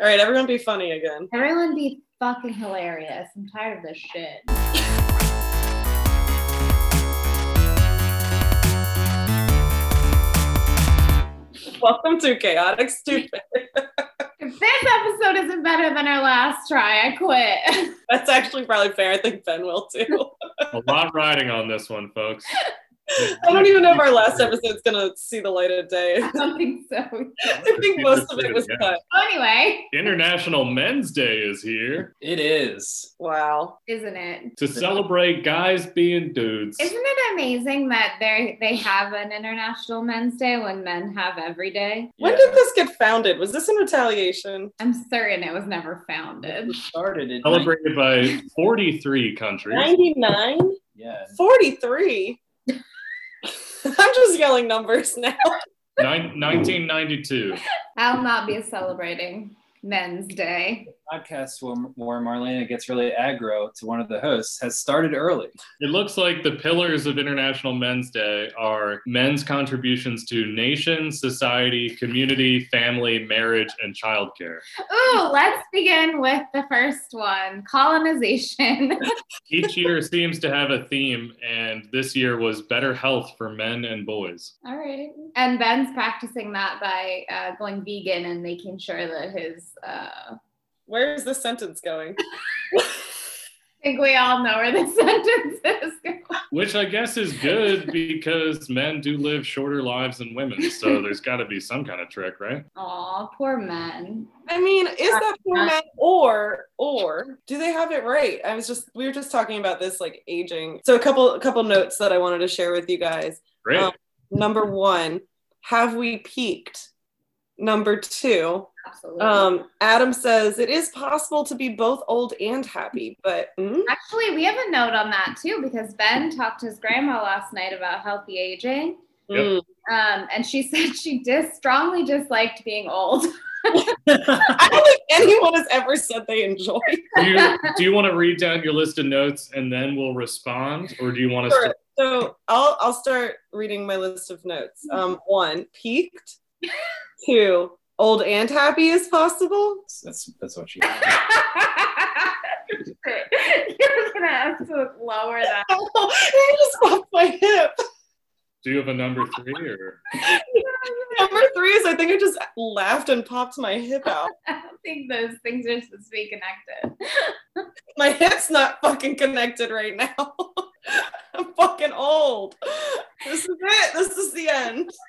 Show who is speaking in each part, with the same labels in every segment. Speaker 1: All right, everyone be funny again.
Speaker 2: Everyone be fucking hilarious. I'm tired of this shit.
Speaker 1: Welcome to Chaotic Stupid.
Speaker 2: If this episode isn't better than our last try, I quit.
Speaker 1: That's actually probably fair. I think Ben will too.
Speaker 3: A lot riding on this one, folks.
Speaker 1: I don't even know if our last episode's gonna see the light of day.
Speaker 2: I don't think so.
Speaker 1: I think most of it was cut.
Speaker 2: Anyway,
Speaker 3: International Men's Day is here
Speaker 4: It is.
Speaker 1: Wow.
Speaker 2: isn't it?
Speaker 3: to celebrate guys being dudes.
Speaker 2: Isn't it amazing that they they have an International Men's Day when men have every day?
Speaker 1: When
Speaker 4: Yeah.
Speaker 1: did this get founded? Was this in retaliation?
Speaker 2: I'm certain it was never founded.
Speaker 4: It started in
Speaker 3: Celebrated by 43 countries.
Speaker 1: 99?
Speaker 4: yeah.
Speaker 1: 43? I'm just yelling numbers now.
Speaker 3: Nine, 1992.
Speaker 2: I'll not be celebrating Men's Day.
Speaker 4: Podcast where, where Marlena gets really aggro to one of the hosts has started early.
Speaker 3: It looks like the pillars of International Men's Day are men's contributions to nation, society, community, family, marriage, and childcare.
Speaker 2: Ooh, let's begin with the first one: colonization.
Speaker 3: Each year seems to have a theme, and this year was better health for men and boys.
Speaker 2: All right. And Ben's practicing that by uh, going vegan and making sure that his. Uh, I
Speaker 1: Where is this sentence going?
Speaker 2: think we all know where the sentence is.
Speaker 3: Which I guess is good because men do live shorter lives than women. So there's got to be some kind of trick, right?
Speaker 2: Aw, poor men.
Speaker 1: I mean, is that format or or do they have it right? I was just we were just talking about this like aging. So a couple a couple notes that I wanted to share with you guys.
Speaker 3: Great.
Speaker 1: Um, Number one, have we peaked? Number two,
Speaker 2: Absolutely.
Speaker 1: um, Adam says it is possible to be both old and happy, but mm,
Speaker 2: Actually, we have a note on that too because Ben talked to his grandma last night about healthy aging.
Speaker 3: Yep.
Speaker 2: Um, and she said she dis- strongly disliked being old.
Speaker 1: I don't think anyone has ever said they enjoy.
Speaker 3: Do you, do you want to read down your list of notes and then we'll respond? Or do you want us
Speaker 1: Sure. So I'll I'll start reading my list of notes. Um, one, peaked. Two, old and happy is possible.
Speaker 4: That's that's what she.
Speaker 2: You're gonna have to lower that.
Speaker 1: Oh, I just popped my hip.
Speaker 3: to do you have a number three? Or
Speaker 1: Number three is I think I just laughed and popped my hip out.
Speaker 2: I don't think those things are supposed to be connected.
Speaker 1: My hip's not fucking connected right now. I'm fucking old. This is it. This is the end.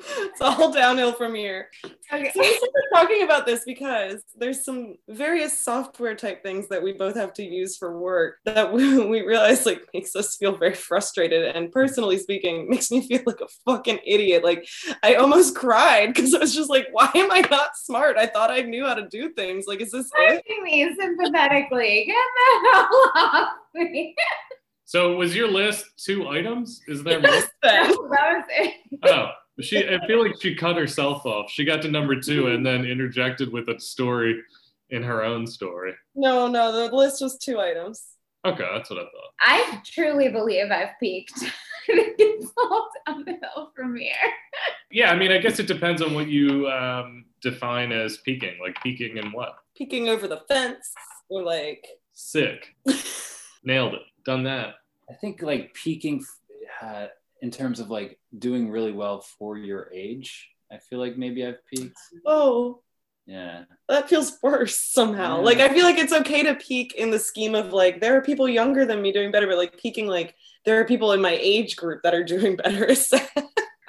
Speaker 1: It's all downhill from here.
Speaker 2: Okay.
Speaker 1: So we started talking about this because there's some various software type things that we both have to use for work that we, we realize like makes us feel very frustrated and personally speaking makes me feel like a fucking idiot like i almost cried because i was just like why am i not smart i thought i knew how to do things like is this it
Speaker 2: Touching me sympathetically. Get the hell off me.
Speaker 3: so was your list two items? Is there more?
Speaker 1: Yes, then.
Speaker 2: that was it.
Speaker 3: Oh, she. I feel like she cut herself off. She got to number two and then interjected with a story in her own story.
Speaker 1: no no the list was two items
Speaker 3: Okay, that's what I thought.
Speaker 2: I truly believe I've peaked. I think it's all downhill from here.
Speaker 3: Yeah, I mean, I guess it depends on what you um, define as peaking. Like peaking in what?
Speaker 1: peeking over the fence or like
Speaker 3: Sick. Nailed it. Done that.
Speaker 4: I think like peaking uh, in terms of like doing really well for your age. I feel like maybe I've peaked.
Speaker 1: oh
Speaker 4: Yeah.
Speaker 1: that feels worse somehow.
Speaker 4: Yeah.
Speaker 1: Like I feel like it's okay to peak in the scheme of like there are people younger than me doing better, but like peaking like there are people in my age group that are doing better. is sad.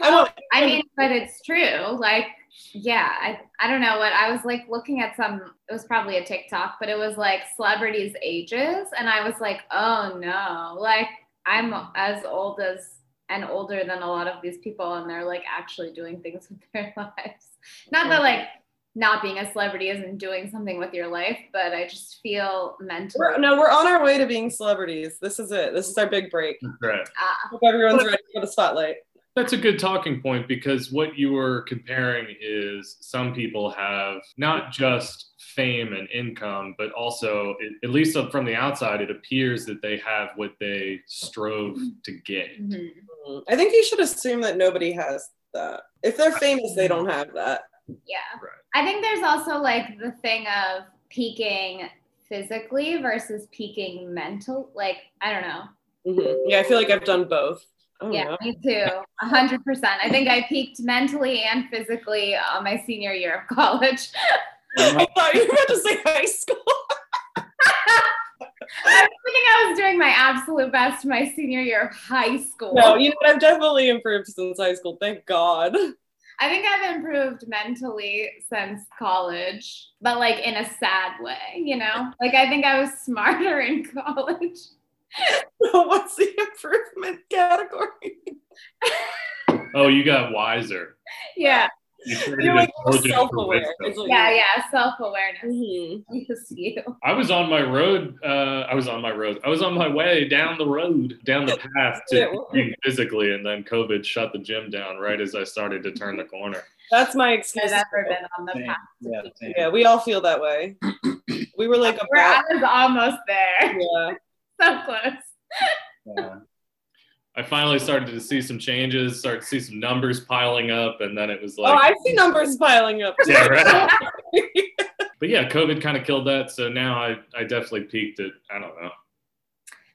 Speaker 1: I don't
Speaker 2: I mean, but it's true. Like, yeah, I, I don't know what I was like looking at some, it was probably a TikTok, but it was like celebrities' ages. And I was like, oh no, like I'm as old as and older than a lot of these people. And they're like actually doing things with their lives. Not that like not being a celebrity isn't doing something with your life, but I just feel mentally.
Speaker 1: we're, no, we're on our way to being celebrities. This is it. This is our big break.
Speaker 3: Right.
Speaker 1: Hope everyone's ready for the spotlight.
Speaker 3: That's a good talking point because what you were comparing is some people have not just fame and income, but also, at- at least from the outside, it appears that they have what they strove to get.
Speaker 2: Mhm.
Speaker 1: Mm. I think you should assume that nobody has that. If they're famous, they don't have that.
Speaker 2: Yeah. I think there's also like the thing of peaking physically versus peaking mental. Like, I don't know.
Speaker 1: Mhm. Yeah, I feel like I've done both. I don't
Speaker 2: Oh, Yeah,
Speaker 1: know.
Speaker 2: me too. A hundred percent. I think I peaked mentally and physically on my senior year of college.
Speaker 1: I thought you were about to say high school.
Speaker 2: I was thinking I was doing my absolute best my senior year of high school.
Speaker 1: No, you know, what? I've definitely improved since high school. Thank God.
Speaker 2: I think I've improved mentally since college, but like in a sad way, you know? Like I think I was smarter in college.
Speaker 1: What's the improvement category?
Speaker 3: Oh, you got wiser.
Speaker 2: yeah,
Speaker 3: You turned
Speaker 1: Mm-hmm. You're like more
Speaker 3: intelligence to
Speaker 1: self-aware.
Speaker 3: wisdom.
Speaker 1: is what
Speaker 2: Oh, yeah, Mm-hmm.
Speaker 1: you-
Speaker 2: yeah. Self awareness.
Speaker 1: Mhm.
Speaker 2: Yes, you.
Speaker 3: I was on my road. Uh, I was on my road. I was on my way down the road, down the path
Speaker 1: Yeah,
Speaker 3: to
Speaker 1: well-
Speaker 3: being physically, and then COVID shut the gym down right as I started to turn the corner.
Speaker 1: That's my
Speaker 2: I've
Speaker 1: excuse.
Speaker 2: ever been on the
Speaker 4: Same.
Speaker 2: path.
Speaker 4: yeah, same.
Speaker 1: Yeah, we all feel that way. We were like a
Speaker 2: Where I
Speaker 1: bat.
Speaker 2: was almost there.
Speaker 1: Yeah.
Speaker 2: So close.
Speaker 4: yeah.
Speaker 3: I finally started to see some changes, started to see some numbers piling up, and then it was
Speaker 1: Oh,
Speaker 3: like,
Speaker 1: I see numbers piling up.
Speaker 3: yeah, right. but yeah, COVID kind of killed that. So now I, I definitely peaked at, I don't know.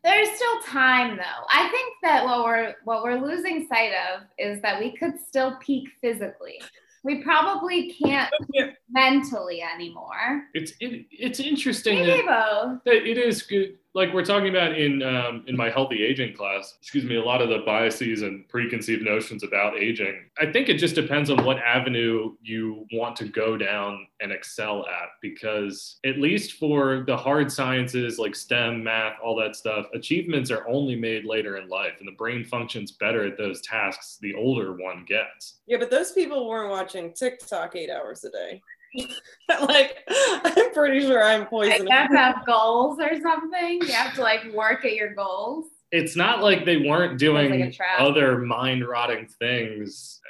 Speaker 2: There's still time though. I think that what we're what we're losing sight of is that we could still peak physically. We probably can't
Speaker 1: Yeah.
Speaker 2: peak mentally anymore.
Speaker 3: It's, it, it's interesting
Speaker 2: Maybe
Speaker 3: that,
Speaker 2: both.
Speaker 3: that it is good. Like we're talking about in um, in my healthy aging class, excuse me, a lot of the biases and preconceived notions about aging. I think it just depends on what avenue you want to go down and excel at, because at least for the hard sciences like STEM, math, all that stuff, achievements are only made later in life, and the brain functions better at those tasks the older one gets.
Speaker 1: Yeah, but those people weren't watching TikTok eight hours a day. like, I'm pretty sure I'm
Speaker 2: Like,
Speaker 1: poisonous.
Speaker 2: you have to have goals or something. You have to like work at your goals.
Speaker 3: it's not like they weren't
Speaker 2: Sounds
Speaker 3: doing
Speaker 2: like a trap.
Speaker 3: other mind rotting things.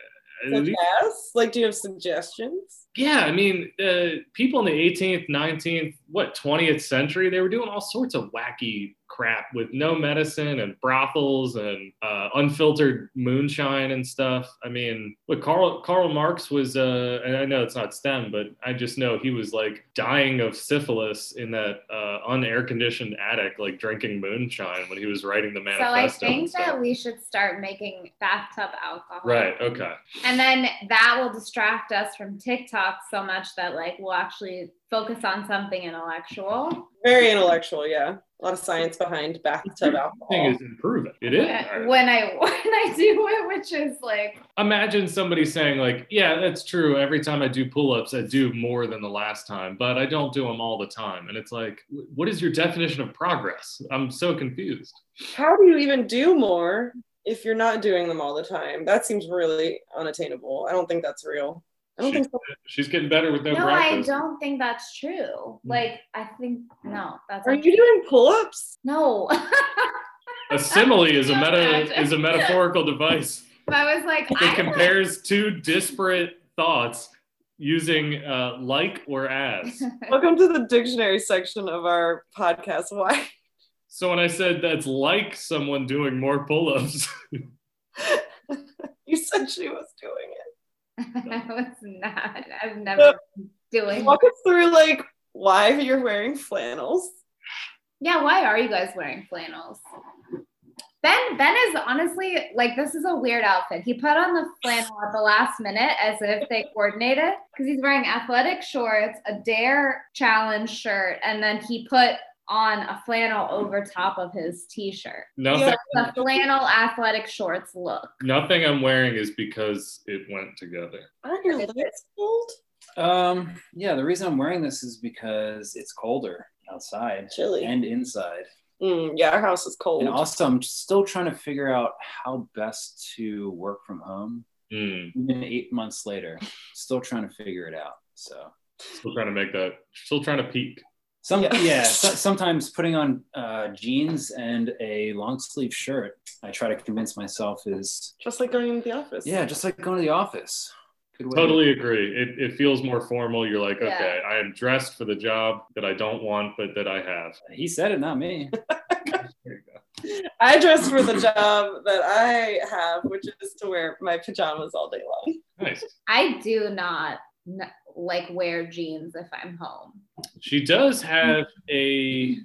Speaker 3: Uh,
Speaker 1: Such as? Like, do you have suggestions?
Speaker 3: Yeah, I mean, uh, people in the 18th, 19th, what 20th century, they were doing all sorts of wacky crap with no medicine and brothels and uh, unfiltered moonshine and stuff. I mean, look, Karl Karl Marx was, uh, and I know it's not STEM, but I just know he was like dying of syphilis in that uh, unair conditioned attic, like drinking moonshine when he was writing the
Speaker 2: So I
Speaker 3: manifesto. and
Speaker 2: think
Speaker 3: stuff.
Speaker 2: that we should start making bathtub alcohol.
Speaker 3: Right. Okay.
Speaker 2: And then that will distract us from TikTok so much that like we'll actually focus on something intellectual.
Speaker 1: Very intellectual, yeah. A lot of science behind bathtub alcohol.
Speaker 3: Thing is, improve it. It is.
Speaker 2: When when I when I do it, which is like
Speaker 3: Imagine somebody saying like, "Yeah, that's true. Every time I do pull-ups, I do more than the last time, but I don't do them all the time." And it's like, wh- what is your definition of progress? I'm so confused.
Speaker 1: How do you even do more if you're not doing them all the time? That seems really unattainable. I don't think that's real. I don't
Speaker 3: She-
Speaker 1: think so.
Speaker 3: She's getting better with no,
Speaker 2: no, I
Speaker 3: breakfast. Mm.
Speaker 2: don't think that's true. Like I think no, that's
Speaker 1: Are
Speaker 2: not
Speaker 1: you
Speaker 2: true.
Speaker 1: doing pull ups?
Speaker 2: no.
Speaker 3: A simile is a meta
Speaker 2: Imagine.
Speaker 3: is a metaphorical device
Speaker 2: I was like,
Speaker 3: that
Speaker 2: I don't
Speaker 3: compares two disparate thoughts using uh, like or as.
Speaker 1: Welcome to the dictionary section of our podcast. Why?
Speaker 3: So when I said that's like someone doing more pull-ups.
Speaker 1: You said she was doing
Speaker 2: I was not. I've never been
Speaker 1: it.
Speaker 2: doing.
Speaker 1: Walk us through like why you're wearing flannels.
Speaker 2: Yeah, why are you guys wearing flannels? Ben Ben is honestly like this is a weird outfit. He put on the flannel at the last minute as if they coordinated because he's wearing athletic shorts, a dare challenge shirt, and then he put on a flannel over top of his t-shirt.
Speaker 3: Nothing
Speaker 1: Yeah.
Speaker 2: The flannel athletic shorts look.
Speaker 3: Nothing I'm wearing is because it went together.
Speaker 1: Aren't your legs cold?
Speaker 4: Um, yeah, the reason I'm wearing this is because it's colder outside
Speaker 1: Chilly.
Speaker 4: and inside.
Speaker 1: Mm, yeah, our house is cold.
Speaker 4: And also, I'm still trying to figure out how best to work from home.
Speaker 3: Mm,
Speaker 4: Even eight months later, still trying to figure it out. So,
Speaker 3: still trying to make that. Still trying to peak.
Speaker 4: some
Speaker 1: Yeah.
Speaker 4: yeah, so- sometimes putting on uh, jeans and a long sleeve shirt, I try to convince myself is
Speaker 1: Just like going into the office.
Speaker 4: yeah, just like going to the office. Good way.
Speaker 3: Totally agree. It, it feels more formal. You're like,
Speaker 2: Yeah.
Speaker 3: okay, I am dressed for the job that I don't want, but that I have.
Speaker 4: He said it, not me.
Speaker 3: There you go.
Speaker 1: I dress for the job that I have, which is to wear my pajamas all day long.
Speaker 3: Nice.
Speaker 2: I do not n- like wear jeans if I'm home.
Speaker 3: She does have a,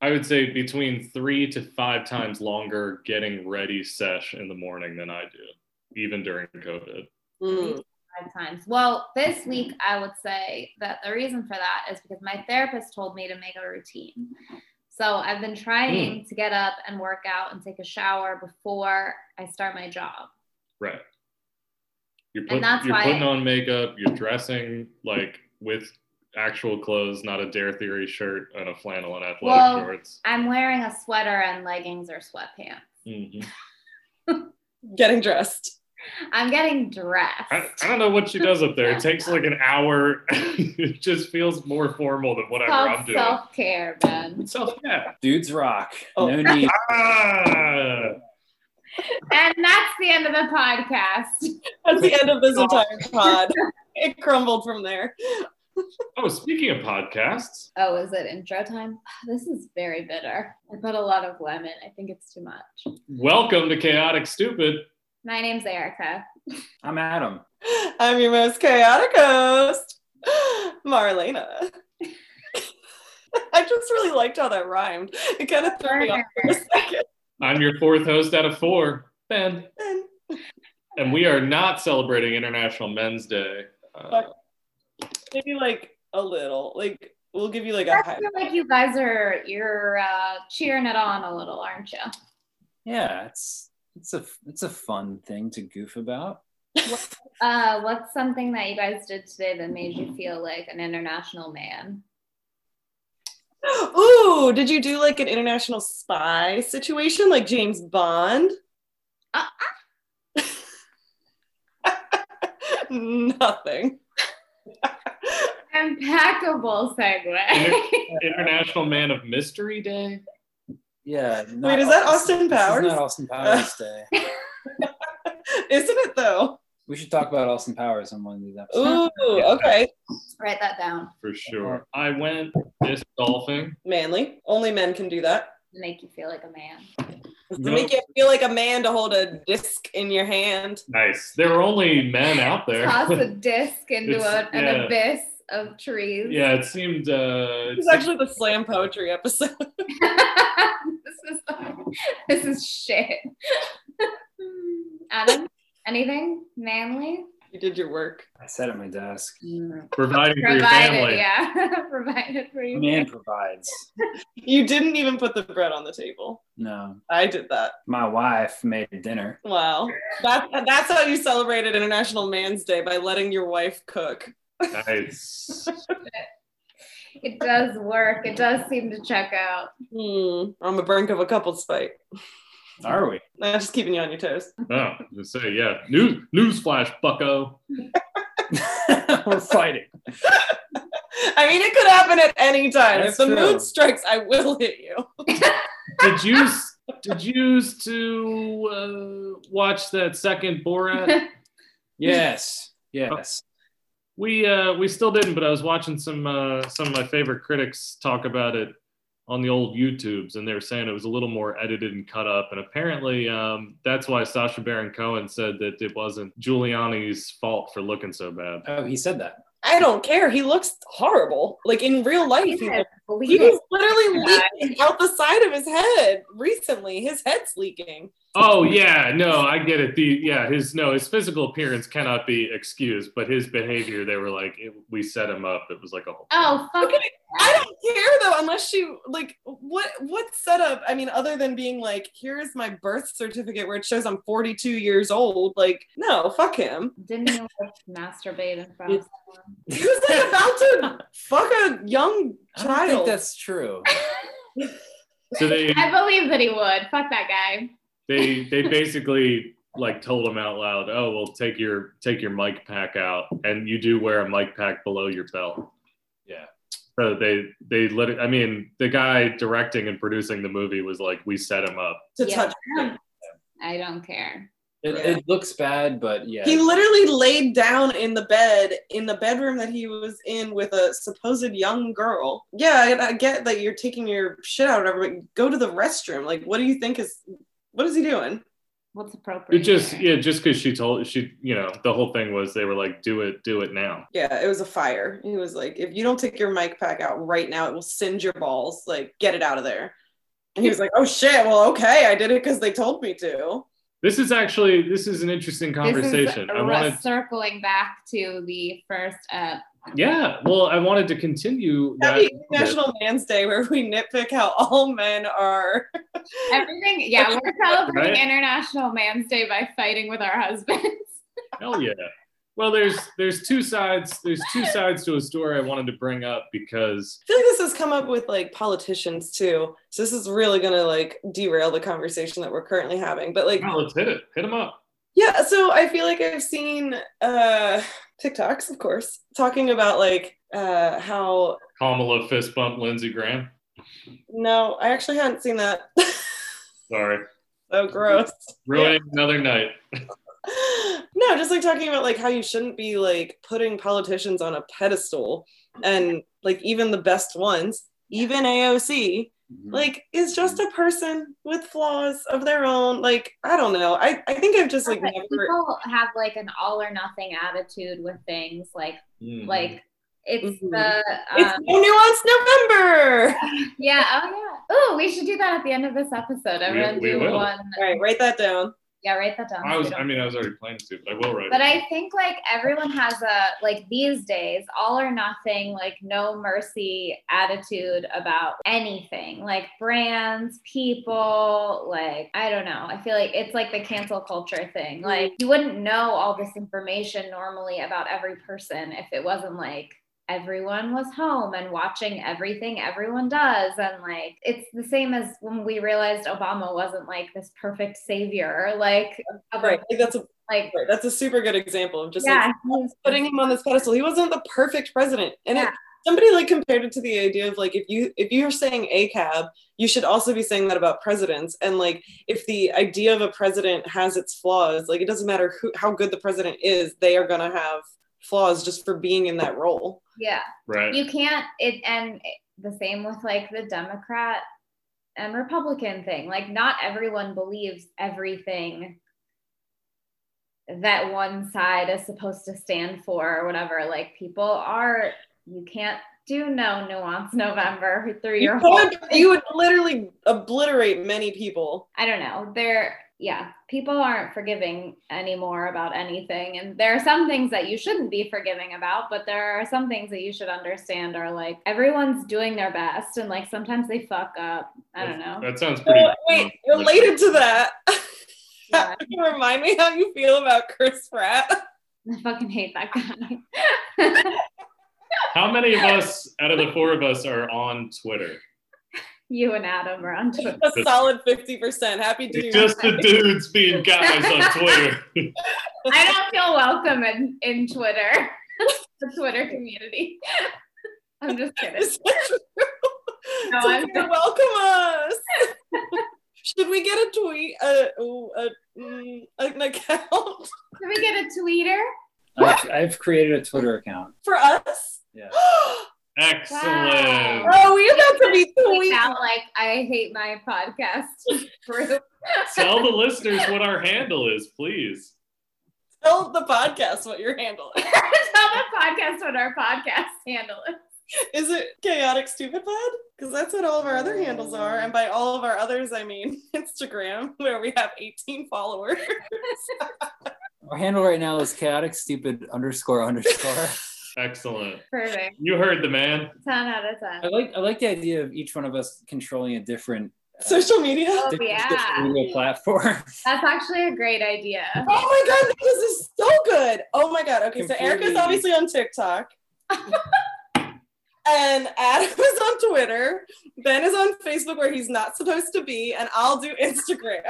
Speaker 3: I would say between three to five times longer getting ready sesh in the morning than I do, even during COVID.
Speaker 1: Mm.
Speaker 2: five times. Well, this week I would say that the reason for that is because my therapist told me to make a routine. So I've been trying
Speaker 3: Hmm.
Speaker 2: to get up and work out and take a shower before I start my job.
Speaker 3: Right. You're, put,
Speaker 2: that's
Speaker 3: you're
Speaker 2: why-
Speaker 3: putting on makeup, you're dressing like with actual clothes, not a Dare Theory shirt and a flannel and athletic
Speaker 2: Well-
Speaker 3: shorts.
Speaker 2: I'm wearing a sweater and leggings or sweatpants.
Speaker 3: Mhm.
Speaker 1: Getting dressed.
Speaker 2: I'm getting
Speaker 3: I,
Speaker 2: dressed.
Speaker 3: I don't know what she does up there. It takes like an hour. it just feels more formal than whatever I'm doing.
Speaker 2: Self care, man.
Speaker 3: So yeah.
Speaker 4: Dudes rock.
Speaker 1: Oh.
Speaker 4: No need.
Speaker 3: Ah!
Speaker 2: And that's the end of the podcast.
Speaker 1: That's the end of this entire pod. It crumbled from there.
Speaker 3: Oh, speaking of podcasts,
Speaker 2: Oh, is it intro time? This is very bitter. I put a lot of lemon. I think it's too much.
Speaker 3: welcome to Chaotic Stupid.
Speaker 2: My name's Erica.
Speaker 4: I'm Adam.
Speaker 1: I'm your most chaotic host, Marlena. I just really liked how that rhymed. It kind of threw me off for a second.
Speaker 3: I'm your fourth host out of four, Ben,
Speaker 1: And
Speaker 3: and we are not celebrating International Men's Day. Uh,
Speaker 1: maybe like a little. Like we'll give you like a
Speaker 2: I
Speaker 1: high.
Speaker 2: feel like you guys are you're uh, cheering it on a little, aren't you?
Speaker 4: Yeah, it's it's a it's a fun thing to goof about.
Speaker 2: Uh, what's something that you guys did today that made you feel like an international man?
Speaker 1: Ooh, did you do like an international spy situation like James Bond?
Speaker 2: Uh,
Speaker 1: Nothing.
Speaker 2: Impeccable segue.
Speaker 3: International Man of Mystery Day.
Speaker 4: Yeah.
Speaker 1: Wait, is that Austin Powers?
Speaker 4: This is not Austin Powers Day.
Speaker 1: Isn't it though?
Speaker 4: We should talk about Austin Powers on one of these episodes.
Speaker 1: Ooh, okay.
Speaker 2: Write that down.
Speaker 3: For
Speaker 2: Uh-huh.
Speaker 3: sure. I went disc golfing.
Speaker 1: Manly. Only men can do that.
Speaker 2: Make you feel like a man.
Speaker 1: Does it
Speaker 3: No.
Speaker 1: make you feel like a man to hold a disc in your hand?
Speaker 3: Nice. There were only men out there.
Speaker 2: Toss a disc into
Speaker 3: It's-
Speaker 2: a, an
Speaker 3: yeah.
Speaker 2: abyss of trees.
Speaker 3: yeah, it seemed. Uh,
Speaker 1: This is actually the slam poetry episode.
Speaker 2: this is this is shit. Adam, anything manly?
Speaker 1: You did your work.
Speaker 4: I sat at my desk.
Speaker 3: providing for your
Speaker 2: Provided,
Speaker 3: family.
Speaker 2: yeah. Provided for you.
Speaker 4: Man provides.
Speaker 1: You didn't even put the bread on the table.
Speaker 4: No,
Speaker 1: I did that.
Speaker 4: my wife made dinner.
Speaker 1: Wow. That, that's how you celebrated International Man's Day by letting your wife cook.
Speaker 3: Nice.
Speaker 2: It does work. It does seem to check out.
Speaker 1: Hmm. On the brink of a couples fight.
Speaker 4: Are we?
Speaker 1: Nah, just keeping you on your toes.
Speaker 3: Oh, just say yeah. News newsflash, Bucko.
Speaker 4: We're fighting.
Speaker 1: I mean, it could happen at any time.
Speaker 4: That's
Speaker 1: if the
Speaker 4: true.
Speaker 1: mood strikes, I will hit you.
Speaker 3: Did you s- did you used to uh, watch that second Borat?
Speaker 4: Yes. Yes.
Speaker 3: We uh, we still didn't, but I was watching some uh, some of my favorite critics talk about it on the old YouTubes, and they were saying it was a little more edited and cut up. And apparently, um, that's why Sasha Baron Cohen said that it wasn't Giuliani's fault for looking so bad.
Speaker 4: Oh, he said that.
Speaker 1: I don't care. He looks horrible. Like in real life, he
Speaker 2: Yeah,
Speaker 1: He
Speaker 2: believe
Speaker 1: was
Speaker 2: it.
Speaker 1: literally
Speaker 2: Yeah.
Speaker 1: leaking out the side of his head recently. His head's leaking.
Speaker 3: Oh yeah, no, I get it. The yeah, his no, his physical appearance cannot be excused, but his behavior, they were like, it, we set him up. It was like a whole.
Speaker 2: Oh fuck
Speaker 1: Okay. I don't care though, unless you like what what setup? I mean, other than being like, here is my birth certificate where it shows I'm 42 years old. Like, no, fuck him.
Speaker 2: Didn't you like masturbate in front of someone?
Speaker 1: He was like about to fuck a young
Speaker 4: I don't think
Speaker 1: child.
Speaker 4: that's true.
Speaker 3: So they
Speaker 2: I believe that he would. Fuck that guy.
Speaker 3: they they basically like told him out loud, oh well, take your take your mic pack out, and you do wear a mic pack below your belt.
Speaker 4: Yeah.
Speaker 3: So they they let it. I mean, the guy directing and producing the movie was like, we set him up.
Speaker 1: to
Speaker 2: Yeah.
Speaker 1: touch.
Speaker 2: I don't care.
Speaker 4: It, it looks bad, but yeah.
Speaker 1: He literally laid down in the bed in the bedroom that he was in with a supposed young girl. Yeah, I, I get that you're taking your shit out or whatever, but go to the restroom. Like, what do you think is what is he doing?
Speaker 2: what's
Speaker 3: It
Speaker 2: appropriate.
Speaker 3: just
Speaker 2: here.
Speaker 3: yeah, just because she told she you know the whole thing was they were like do it do it now.
Speaker 1: Yeah, it was a fire. He was like, if you don't take your mic pack out right now, it will singe your balls. Like, get it out of there. And he was like, oh shit, well, okay, I did it because they told me to.
Speaker 3: This is actually this is an interesting conversation.
Speaker 2: This is
Speaker 3: I
Speaker 2: re-
Speaker 3: wanted
Speaker 2: circling back to the first. Uh,
Speaker 3: yeah. Well, I wanted to continue that.
Speaker 1: Happy National Man's Day, where we nitpick how all men are.
Speaker 2: everything. Yeah, we're celebrating
Speaker 3: Right?
Speaker 2: International Man's Day by fighting with our husbands.
Speaker 3: Hell yeah. Well, there's there's two sides there's two sides to a story I wanted to bring up because
Speaker 1: I feel like this has come up with like politicians too. So this is really gonna like derail the conversation that we're currently having. But like,
Speaker 3: oh, let's hit it hit them up.
Speaker 1: yeah, so I feel like I've seen uh TikToks, of course, talking about like uh how
Speaker 3: Kamala fist bump Lindsey Graham.
Speaker 1: no, I actually hadn't seen that.
Speaker 3: Sorry,
Speaker 1: so gross.
Speaker 3: ruining another night.
Speaker 1: no, just like talking about like how you shouldn't be like putting politicians on a pedestal and like even the best ones, even AOC,
Speaker 4: Mhm.
Speaker 1: like is just a person with flaws of their own like i don't know i, I think i've just like
Speaker 2: But
Speaker 1: never
Speaker 2: people have like an all or nothing attitude with things. Like,
Speaker 3: Mm-hmm.
Speaker 2: like it's
Speaker 1: Mhm.
Speaker 2: the
Speaker 1: it's
Speaker 2: um,
Speaker 1: no nuance november
Speaker 2: yeah. Oh yeah. Oh, we should do that at the end of this episode. Everyone
Speaker 3: we
Speaker 2: do
Speaker 3: will.
Speaker 2: one.
Speaker 1: all right write that down
Speaker 2: Yeah, write that down.
Speaker 3: I
Speaker 2: so we
Speaker 3: was
Speaker 2: don't
Speaker 3: I mean I was already planning to, but I will write.
Speaker 2: But
Speaker 3: it.
Speaker 2: I think like everyone has a like these days all or nothing like no mercy attitude about anything like brands, people, like I don't know. I feel like it's like the cancel culture thing. Like you wouldn't know all this information normally about every person if it wasn't like everyone was home and watching everything everyone does and like it's the same as when we realized Obama wasn't like this perfect savior like of-
Speaker 1: right like that's a
Speaker 2: like
Speaker 1: right, that's a super good example of just
Speaker 2: yeah,
Speaker 1: like putting him on this pedestal he wasn't the perfect president and
Speaker 2: Yeah.
Speaker 1: it, somebody like compared it to the idea of like if you if you're saying a cab you should also be saying that about presidents and like if the idea of a president has its flaws like it doesn't matter who how good the president is they are going to have flaws just for being in that role
Speaker 2: yeah.
Speaker 3: right.
Speaker 2: You can't it and it- the same with like the Democrat and Republican thing. Like not everyone believes everything that one side is supposed to stand for or whatever. Like people are you can't do no nuance November through your
Speaker 1: you
Speaker 2: whole
Speaker 1: would, you would literally obliterate many people.
Speaker 2: I don't know. They're yeah, people aren't forgiving anymore about anything. And there are some things that you shouldn't be forgiving about, but there are some things that you should understand are like everyone's doing their best and like sometimes they fuck up. I don't know.
Speaker 3: That sounds pretty.
Speaker 1: So, wait, related to that,
Speaker 2: Yeah.
Speaker 1: can you remind me how you feel about Chris Pratt?
Speaker 2: I fucking hate that guy.
Speaker 3: How many of us out of the four of us are on Twitter?
Speaker 2: you and Adam are on Twitter.
Speaker 1: A solid 50%. Happy to
Speaker 3: It's just the dudes being guys on Twitter.
Speaker 2: I don't feel welcome in, in Twitter. the Twitter community. I'm just kidding.
Speaker 1: Is that true?
Speaker 2: No,
Speaker 1: So
Speaker 2: I'm-
Speaker 1: you're welcome us. Should we get a tweet, a, a, mm, an account
Speaker 2: Can we get a tweeter?
Speaker 4: I've, I've created a Twitter account.
Speaker 1: for us?
Speaker 4: Yeah.
Speaker 3: Excellent.
Speaker 2: Wow.
Speaker 1: oh, we about to be
Speaker 2: Tweet
Speaker 1: tweet.
Speaker 2: out like I hate my podcast group.
Speaker 3: Tell the listeners what our handle is, please.
Speaker 1: Tell the podcast what your handle is.
Speaker 2: Tell the podcast what our podcast handle is.
Speaker 1: Is it chaotic stupid pod? Because that's what all of our other handles are, and by all of our others, I mean Instagram, where we have 18 followers.
Speaker 4: Our handle right now is chaotic stupid underscore underscore.
Speaker 3: Excellent.
Speaker 2: Perfect.
Speaker 3: You heard the man.
Speaker 2: 10 out of
Speaker 4: I
Speaker 2: 10.
Speaker 4: like I like the idea of each one of us controlling a different uh,
Speaker 1: Social media.
Speaker 2: Oh,
Speaker 4: different
Speaker 2: yeah.
Speaker 4: social media platform.
Speaker 2: That's actually a great idea.
Speaker 1: Oh my god, this is so good. Oh my god. Okay, so Erica's
Speaker 4: Completely.
Speaker 1: obviously on TikTok. and Adam is on Twitter. Ben is on Facebook where he's not supposed to be, and I'll do Instagram.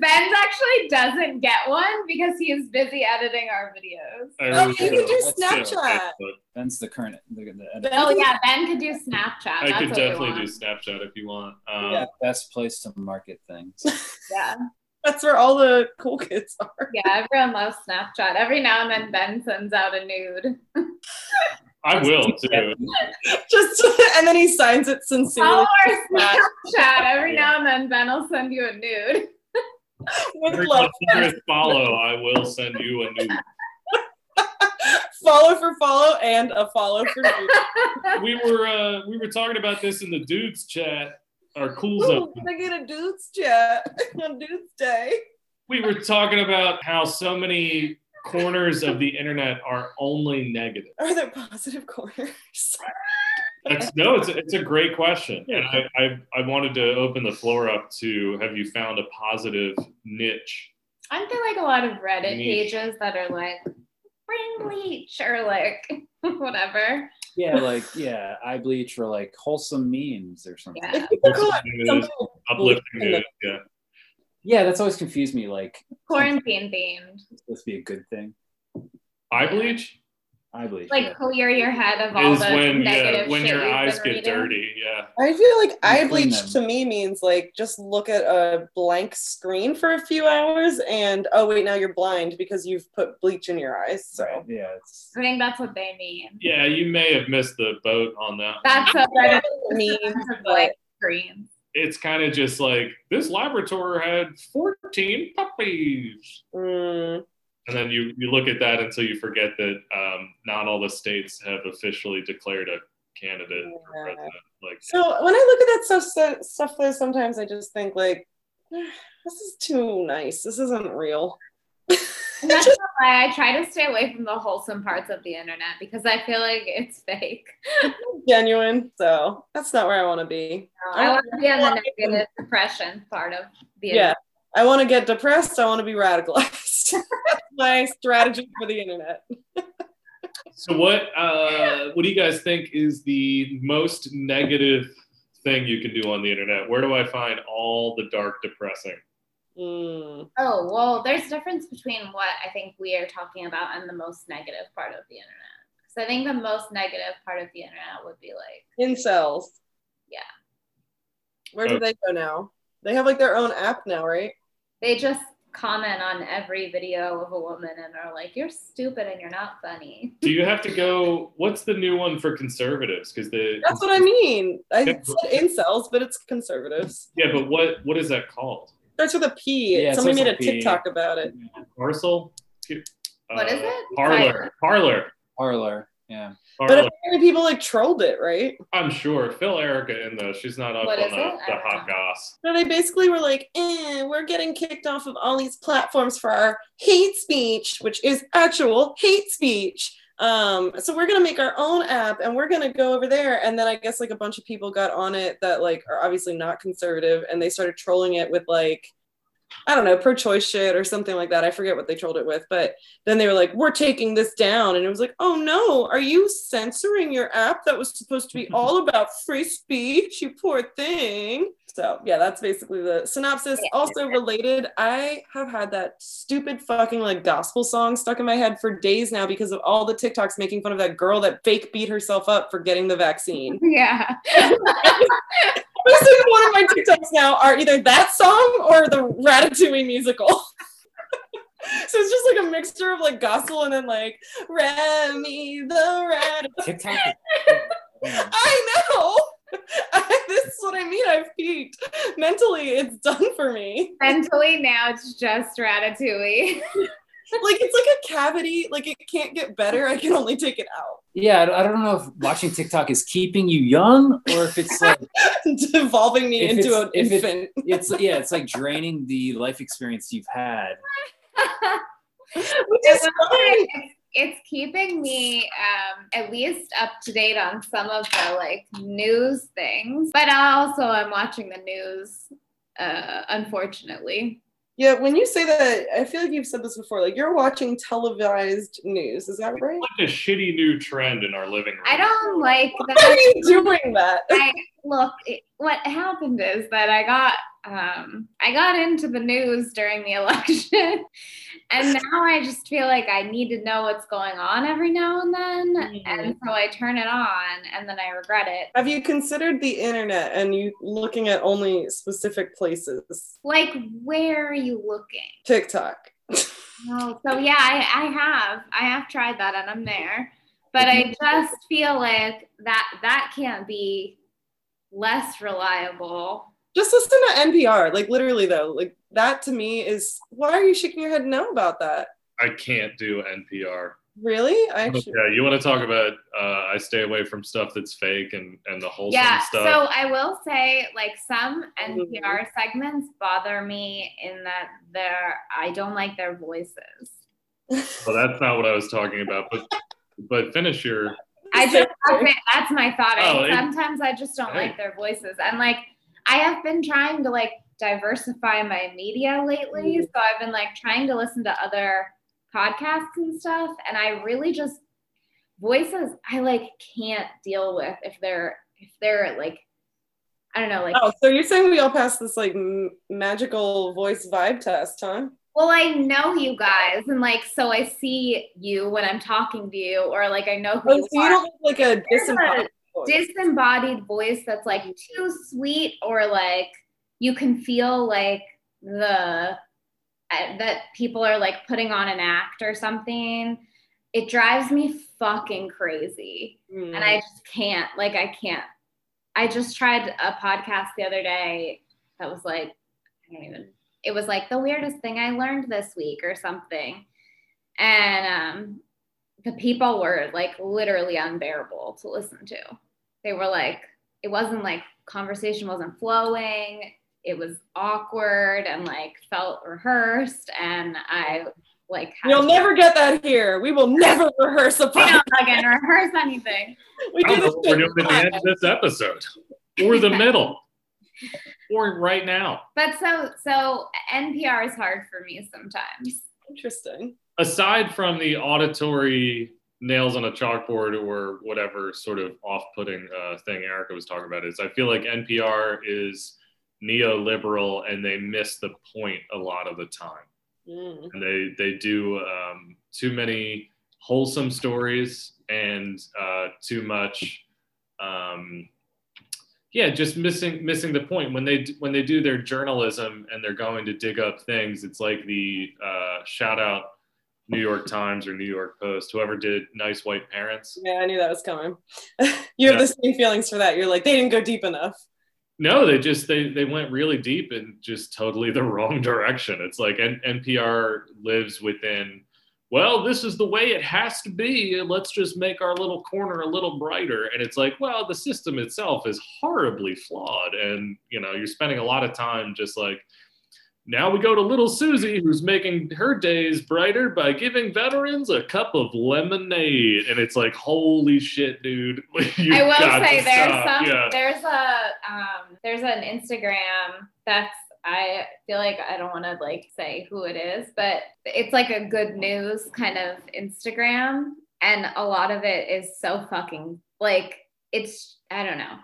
Speaker 2: Ben's actually doesn't get one because he is busy editing our videos.
Speaker 3: I
Speaker 1: Oh, you
Speaker 3: really
Speaker 1: can do
Speaker 4: That's
Speaker 1: Snapchat.
Speaker 4: Ben's the current. The, the,
Speaker 1: Ben-
Speaker 2: Oh, yeah. Ben could do Snapchat.
Speaker 3: I
Speaker 2: That's
Speaker 3: could
Speaker 2: what
Speaker 3: definitely
Speaker 2: we want.
Speaker 3: do Snapchat if you want. Um,
Speaker 1: Yeah.
Speaker 4: best place to market things.
Speaker 2: Yeah.
Speaker 1: That's where all the cool kids are.
Speaker 2: Yeah. Everyone loves Snapchat. Every now and then, Ben sends out a nude.
Speaker 3: I will too.
Speaker 1: Just and then he signs it sincerely.
Speaker 2: Follow our Snapchat. Every now and then, Ben will send you a nude.
Speaker 4: Oh.
Speaker 1: With
Speaker 3: Very
Speaker 1: love.
Speaker 3: considerate follow. I will send you a new.
Speaker 1: follow for follow and a follow for me.
Speaker 3: We were uh, we were talking about this in the dudes chat, our cool
Speaker 1: Ooh,
Speaker 3: zone.
Speaker 1: I get a dude's chat on dude's day.
Speaker 3: We were talking about how so many corners of the internet are only negative.
Speaker 1: Are there positive corners?
Speaker 3: That's, no, it's a, it's a great question, and I, I I wanted to open the floor up to have you found a positive niche?
Speaker 2: Aren't there like a lot of Reddit
Speaker 3: Niche.
Speaker 2: pages that are like bring leech or like whatever?
Speaker 4: Yeah, like yeah, I bleach or like wholesome memes or something.
Speaker 2: Yeah.
Speaker 3: Uplifting news, yeah.
Speaker 4: Yeah, that's always confused me. Like,
Speaker 2: Quarantine themed.
Speaker 4: is this be a good thing?
Speaker 3: Eye bleach
Speaker 4: I bleach. yeah.
Speaker 2: Like clear your head of all
Speaker 3: is
Speaker 2: the
Speaker 3: when
Speaker 2: negative
Speaker 3: yeah, when
Speaker 2: shit
Speaker 3: your
Speaker 2: you've
Speaker 3: eyes
Speaker 2: been
Speaker 3: get
Speaker 2: reading.
Speaker 3: dirty. Yeah.
Speaker 1: I feel like eye
Speaker 4: clean
Speaker 1: bleach to
Speaker 4: them.
Speaker 1: me means like just look at a blank screen for a few hours and oh wait now you're blind because you've put bleach in your eyes. So
Speaker 4: Right, yeah, it's
Speaker 2: I think that's what they mean.
Speaker 3: Yeah, you may have missed the boat on that. one.
Speaker 2: That's a Reddit
Speaker 1: me
Speaker 2: of
Speaker 1: but-
Speaker 2: like screens.
Speaker 3: It's kind of just like this laboratory had 14 puppies.
Speaker 1: mm,
Speaker 3: And then you, you look at that until you forget that um, not all the states have officially declared a candidate for
Speaker 1: Yeah.
Speaker 3: president. Like
Speaker 1: so when I look at that stuff so, stuff though sometimes I just think like this is too nice. This isn't real.
Speaker 2: And that's why I try to stay away from the wholesome parts of the internet because I feel like it's fake.
Speaker 1: genuine. So that's not where I want to be.
Speaker 2: I want to be on the negative depression part of the
Speaker 1: Oh. Yeah.
Speaker 2: internet.
Speaker 1: I want to get depressed. I want to be radicalized. that's my strategy for the internet.
Speaker 3: So what uh, what do you guys think is the most negative thing you can do on the internet? Where do I find all the dark depressing?
Speaker 1: Mm.
Speaker 2: Oh, well, there's a difference between what I think we are talking about and the most negative part of the internet. Because I think the most negative part of the internet would be like,
Speaker 1: Incels.
Speaker 2: Yeah.
Speaker 1: Where
Speaker 4: Oh.
Speaker 1: do they go now? They have like their own app now, right?
Speaker 2: they just comment on every video of a woman and are like, you're stupid and you're not funny.
Speaker 3: Do you have to go what's the new one for conservatives? Because the
Speaker 1: That's what I mean. I
Speaker 3: Yeah.
Speaker 1: said incels, but it's conservatives.
Speaker 3: Yeah, but what what is that called?
Speaker 1: Starts with a P.
Speaker 4: Yeah, it
Speaker 1: Somebody
Speaker 4: starts
Speaker 1: made a
Speaker 4: with a P.
Speaker 1: TikTok about it.
Speaker 3: Parcel?
Speaker 2: What is
Speaker 3: Uh,
Speaker 2: it?
Speaker 3: Parlor. Parlor.
Speaker 4: parlor. Yeah.
Speaker 1: But
Speaker 3: Parlor.
Speaker 1: apparently people like trolled it, right?
Speaker 3: I'm sure. Phil Erica in though. She's not up
Speaker 2: What
Speaker 3: on
Speaker 2: is
Speaker 3: the,
Speaker 2: it? I
Speaker 3: the
Speaker 2: don't
Speaker 3: hot
Speaker 2: know.
Speaker 3: goss.
Speaker 1: So they basically were like, eh, we're getting kicked off of all these platforms for our hate speech, which is actual hate speech. Um, so we're gonna make our own app and we're gonna go over there. And then I guess like a bunch of people got on it that like are obviously not conservative and they started trolling it with like I don't know, pro-choice shit or something like that. I forget what they trolled it with, but then they were like, "We're taking this down," and it was like, "Oh no, are you censoring your app that was supposed to be all about free speech? You poor thing." So yeah, that's basically the synopsis. Also related, I have had that stupid fucking like gospel song stuck in my head for days now because of all the TikToks making fun of that girl that fake beat herself up for getting the vaccine.
Speaker 2: Yeah.
Speaker 1: Every single one of my TikToks now are either that song or the Ratatouille musical. so it's just like a mixture of like gospel and then like Remy the Rat.
Speaker 4: TikTok. Yeah.
Speaker 1: I know. I, this is what I mean. I've peaked mentally. It's done for me.
Speaker 2: Mentally, now it's just ratatouille.
Speaker 1: Like it's like a cavity. Like it can't get better. I can only take it out.
Speaker 4: yeah, I- I don't know if watching TikTok is keeping you young or if it's like
Speaker 1: Devolving me
Speaker 4: If
Speaker 1: into
Speaker 4: it's-
Speaker 1: an
Speaker 4: if it's-
Speaker 1: infant.
Speaker 4: it's yeah, it's like draining the life experience you've had.
Speaker 1: Which is fine.
Speaker 2: it's, it's keeping me um, at least up to date on some of the like news things, but I also I'm watching the news, uh, unfortunately.
Speaker 1: Yeah, when you say that, I feel like you've said this before. Like you're watching televised news. Is that right?
Speaker 3: Like a shitty new trend in our living room.
Speaker 2: I don't like
Speaker 1: Why are
Speaker 2: that.
Speaker 1: you doing that?
Speaker 2: I look. It, what happened is that I got um, I got into the news during the election, and now I just feel like I need to know what's going on every now and then, and so I turn it on, and then I regret it.
Speaker 1: Have you considered the internet and you looking at only specific places?
Speaker 2: Like, where are you looking?
Speaker 1: TikTok.
Speaker 2: No, so yeah, I, I have I have tried that and I'm there, but I just feel like that that can't be less reliable.
Speaker 1: Just listen to NPR. Like literally though, like that to me is why are you shaking your head no about that?
Speaker 3: I can't do NPR.
Speaker 1: Really? I actually
Speaker 3: Yeah, you want to talk about uh, I stay away from stuff that's fake and and the wholesome
Speaker 2: yeah,
Speaker 3: stuff.
Speaker 2: so I will say, like, some NPR segments bother me in that they're, I don't like their voices.
Speaker 3: well, that's not what I was talking about, but but finish your
Speaker 2: I just, okay, that's my thought.
Speaker 3: Oh, it-
Speaker 2: Sometimes I just don't
Speaker 3: Hey.
Speaker 2: like their voices. And, like, I have been trying to, like, diversify my media lately. So I've been, like, trying to listen to other podcasts and stuff. And I really just, voices, I, like, can't deal with if they're, if they're, like, I don't know, like,
Speaker 1: Oh, so you're saying we all passed this like m- magical voice vibe test, huh?
Speaker 2: well i know you guys and like so i see you when i'm talking to you or like i know who
Speaker 1: Oh,
Speaker 2: you
Speaker 1: so you
Speaker 2: are
Speaker 1: don't have like a
Speaker 2: There's a
Speaker 1: disembodied voice.
Speaker 2: disembodied voice that's like too sweet or like you can feel like the uh, that people are like putting on an act or something it drives me fucking crazy
Speaker 1: Hmm.
Speaker 2: and I just can't. Like I can't. I just tried a podcast the other day that was like, I don't even. It was like the weirdest thing I learned this week or something, and um, the people were like literally unbearable to listen to. They were like, it wasn't like conversation wasn't flowing. It was awkward and like felt rehearsed, and I like had
Speaker 1: You'll
Speaker 2: to-
Speaker 1: never get that here. We will never rehearse a
Speaker 2: we
Speaker 1: podcast.
Speaker 2: don't fucking rehearse anything.
Speaker 1: We
Speaker 3: I
Speaker 1: do
Speaker 3: don't know
Speaker 1: this
Speaker 3: what we're
Speaker 1: shit
Speaker 3: doing at the end of this episode. Or the middle. Or right now.
Speaker 2: But so so NPR is hard for me sometimes.
Speaker 1: Interesting.
Speaker 3: Aside from the auditory nails on a chalkboard or whatever sort of off-putting uh, thing Erica was talking about is I feel like NPR is neoliberal and they miss the point a lot of the time.
Speaker 1: Mm.
Speaker 3: and they they do um, too many wholesome stories and uh, too much um, yeah just missing missing the point when they d- when they do their journalism and they're going to dig up things it's like the uh, shout out new york times or new york post whoever did nice white parents
Speaker 1: Yeah, I knew that was coming. you have
Speaker 3: Yeah.
Speaker 1: the same feelings for that. You're like, they didn't go deep enough.
Speaker 3: no they just they they went really deep in just totally the wrong direction it's like N- npr lives within well this is the way it has to be let's just make our little corner a little brighter and it's like well the system itself is horribly flawed and you know you're spending a lot of time just like now we go to little Susie, who's making her days brighter by giving veterans a cup of lemonade. And it's like, holy shit, dude. you
Speaker 2: I
Speaker 3: got
Speaker 2: will say
Speaker 3: to
Speaker 2: there's
Speaker 3: stop.
Speaker 2: some
Speaker 3: Yeah.
Speaker 2: there's a um, there's an Instagram that's I feel like I don't want to like say who it is, but it's like a good news kind of Instagram, and a lot of it is so fucking like it's I don't know.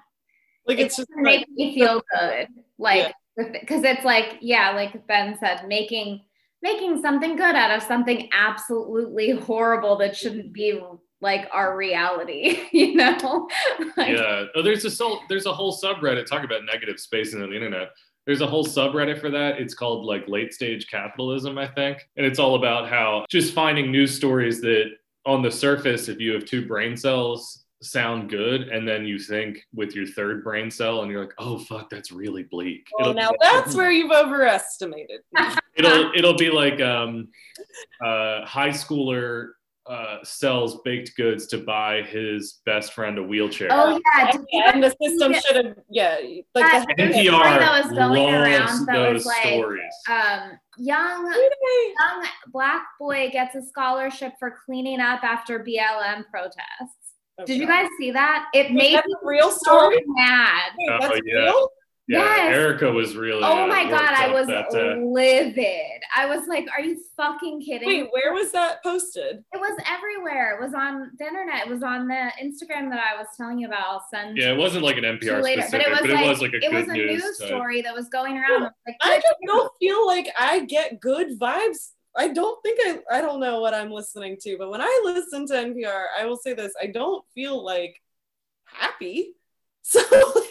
Speaker 1: Like
Speaker 2: It
Speaker 1: it's
Speaker 2: just
Speaker 1: just
Speaker 2: make
Speaker 1: like,
Speaker 2: me feel good
Speaker 1: Yeah.
Speaker 2: like because it's like yeah like ben said making making something good out of something absolutely horrible that shouldn't be like our reality you know Like,
Speaker 3: yeah. Oh, there's a sol- there's a whole subreddit talking about negative spaces on the internet. There's a whole subreddit for that. It's called like late stage capitalism, I think. And it's all about how just finding news stories that on the surface, if you have two brain cells, sound good. And then you think with your third brain cell and you're like, oh, fuck, that's really bleak.
Speaker 2: Oh,
Speaker 1: well, now that's where you've overestimated.
Speaker 3: it'll it'll be like um, uh, high schooler uh, sells baked goods to buy his best friend a wheelchair.
Speaker 2: oh yeah did you
Speaker 1: and the system
Speaker 2: Yeah.
Speaker 1: should have, yeah, like
Speaker 2: That-
Speaker 1: the
Speaker 2: there's a story that
Speaker 3: NPR
Speaker 2: was going around
Speaker 3: loves
Speaker 2: that
Speaker 3: those
Speaker 2: was like,
Speaker 3: stories.
Speaker 2: um young young black boy gets a scholarship for cleaning up after blm protests did
Speaker 3: Uh,
Speaker 2: you guys see that it
Speaker 1: Is
Speaker 2: made
Speaker 1: that
Speaker 2: me
Speaker 1: a real
Speaker 2: so
Speaker 1: story?
Speaker 2: mad
Speaker 1: Wait,
Speaker 3: Oh,
Speaker 1: that's
Speaker 3: yeah.
Speaker 1: real?
Speaker 3: yeah,
Speaker 2: yes.
Speaker 3: Erica was really.
Speaker 2: Oh
Speaker 3: uh,
Speaker 2: my
Speaker 3: worked
Speaker 2: god, I
Speaker 3: up
Speaker 2: was
Speaker 3: that uh, day.
Speaker 2: livid. I was like, "Are you fucking kidding?"
Speaker 1: Wait, where was that posted?
Speaker 2: It was everywhere. It was on the internet. It was on the Instagram that I was telling you about. I'll send.
Speaker 3: Yeah, it wasn't like an NPR
Speaker 2: later, but
Speaker 3: specific,
Speaker 2: it was
Speaker 3: but it
Speaker 2: like-
Speaker 3: was like a
Speaker 2: It
Speaker 3: good
Speaker 2: was a
Speaker 3: news.
Speaker 2: news
Speaker 3: type.
Speaker 2: story that was going around. I was like,
Speaker 1: I just don't feel like I get good vibes. I don't think I I don't know what I'm listening to, but when I listen to NPR, I will say this, I don't feel like happy. So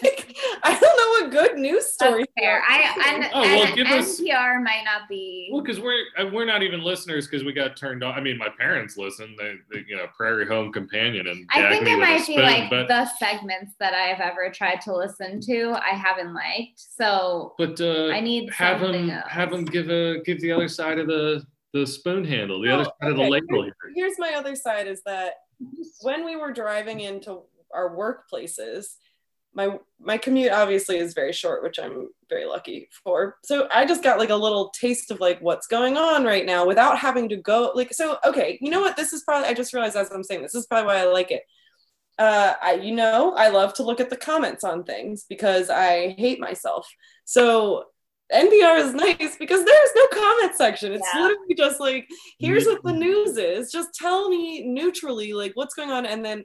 Speaker 1: like I don't know what good news story.
Speaker 2: That's fair. I, and,
Speaker 3: Oh, well,
Speaker 2: and
Speaker 3: give us-
Speaker 2: NPR might not be.
Speaker 3: Well, because we're uh, we're not even listeners because we got turned on. I mean, my parents listen. They, they you know, Prairie Home Companion and
Speaker 2: I
Speaker 3: Gag
Speaker 2: think
Speaker 3: Me
Speaker 2: it
Speaker 3: with a
Speaker 2: might be
Speaker 3: Spoon,
Speaker 2: like
Speaker 3: but
Speaker 2: the segments that I've ever tried to listen to. I haven't liked, so
Speaker 3: but uh,
Speaker 2: I need
Speaker 3: have
Speaker 2: something
Speaker 3: them
Speaker 2: else.
Speaker 3: have them give a give the other side of the the spoon handle, the
Speaker 1: Oh,
Speaker 3: other side of the
Speaker 1: okay.
Speaker 3: label here.
Speaker 1: Here's my other side is that when we were driving into our workplaces, my my commute obviously is very short, which I'm very lucky for. So I just got like a little taste of like what's going on right now without having to go like so okay, you know what? This is probably I just realized as I'm saying this, this is probably why I like it. Uh, I, you know, I love to look at the comments on things because I hate myself. So NPR is nice because there is no comment section. It's
Speaker 2: Yeah.
Speaker 1: literally just like, here's what the
Speaker 2: Mm-hmm.
Speaker 1: news is. Just tell me neutrally, like what's going on, and then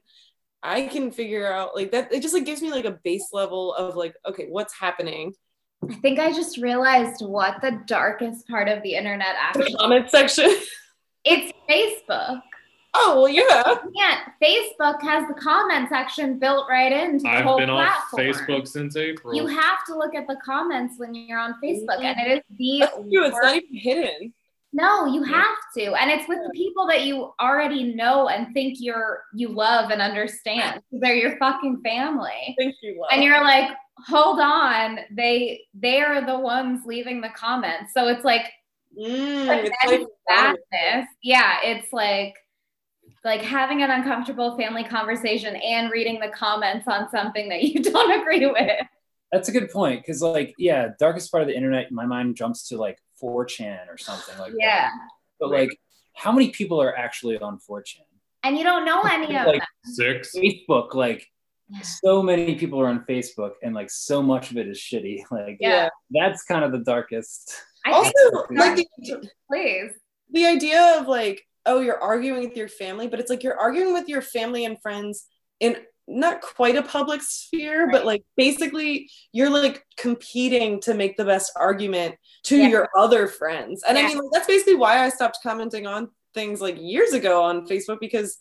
Speaker 1: I can figure out like that. It just like gives me like a base level of like, okay, what's happening?
Speaker 2: I think I just realized what the darkest part of the internet
Speaker 1: The
Speaker 2: actually
Speaker 1: comment section.
Speaker 2: it's Facebook.
Speaker 1: Oh well, yeah.
Speaker 2: Yeah, Facebook has the comment section built right into the
Speaker 3: I've
Speaker 2: whole
Speaker 3: been on
Speaker 2: platform.
Speaker 3: Facebook since April.
Speaker 2: You have to look at the comments when you're on Facebook, and it is the
Speaker 1: That's true. It's
Speaker 2: worst
Speaker 1: not even hidden.
Speaker 2: No, you
Speaker 3: Yeah.
Speaker 2: have to. And it's with the people that you already know and think you're you love and understand. They're your fucking family.
Speaker 1: Thank you. Love.
Speaker 2: And you're like, "Hold on, they they are the ones leaving the comments." So it's like
Speaker 1: Mm, it's
Speaker 2: Pretend
Speaker 1: like-
Speaker 2: sadness. Yeah, it's like like having an uncomfortable family conversation and reading the comments on something that you don't agree with.
Speaker 4: That's a good point because, like, yeah, darkest part of the internet, my mind jumps to like 4chan or something like that.
Speaker 2: Yeah.
Speaker 4: But like, how many people are actually on 4chan?
Speaker 2: And you don't know any of
Speaker 4: Like
Speaker 2: them.
Speaker 3: Six.
Speaker 4: Facebook, like,
Speaker 2: Yeah.
Speaker 4: so many people are on Facebook, and like, so much of it is shitty. Like,
Speaker 2: Yeah.
Speaker 4: that's kind of the darkest.
Speaker 2: I
Speaker 1: Also,
Speaker 2: think
Speaker 1: like the
Speaker 2: please.
Speaker 1: the idea of like oh you're arguing with your family but it's like you're arguing with your family and friends in not quite a public sphere but
Speaker 2: Right.
Speaker 1: like basically you're like competing to make the best argument to
Speaker 2: Yeah.
Speaker 1: your other friends and i
Speaker 2: Yeah.
Speaker 1: mean like, that's basically why i stopped commenting on things like years ago on facebook because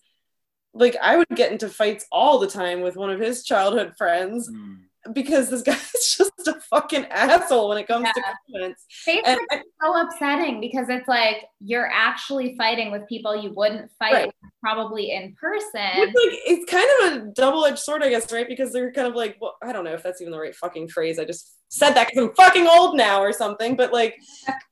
Speaker 1: like i would get into fights all the time with one of his childhood friends
Speaker 4: Mm.
Speaker 1: because this guy's just a fucking asshole when it comes to comments
Speaker 2: Facebook
Speaker 1: and
Speaker 2: so upsetting because it's like you're actually fighting with people you wouldn't fight
Speaker 1: Right.
Speaker 2: with probably in
Speaker 1: It's
Speaker 2: person.
Speaker 1: like it's kind of a double-edged sword, I guess, right? Because they're kind of like, well, I don't know if that's even the right fucking phrase. I just said that because I'm fucking old now or something. But like,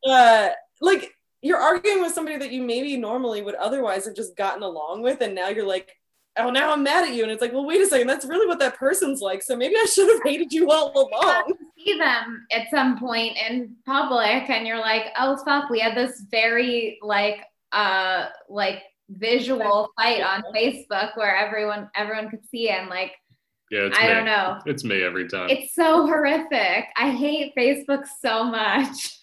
Speaker 1: uh, like you're arguing with somebody that you maybe normally would otherwise have just gotten along with, and now you're like, oh, now I'm mad at you, and it's like, well, wait a second, that's really what that person's like. So maybe I should have hated you all along.
Speaker 2: See them at some point in public and you're like, oh fuck, we had this very like uh like visual fight on Facebook where everyone everyone could see and like
Speaker 3: Yeah, it's
Speaker 2: I
Speaker 3: me.
Speaker 2: don't know.
Speaker 3: It's me every time.
Speaker 2: It's so horrific. I hate Facebook so much.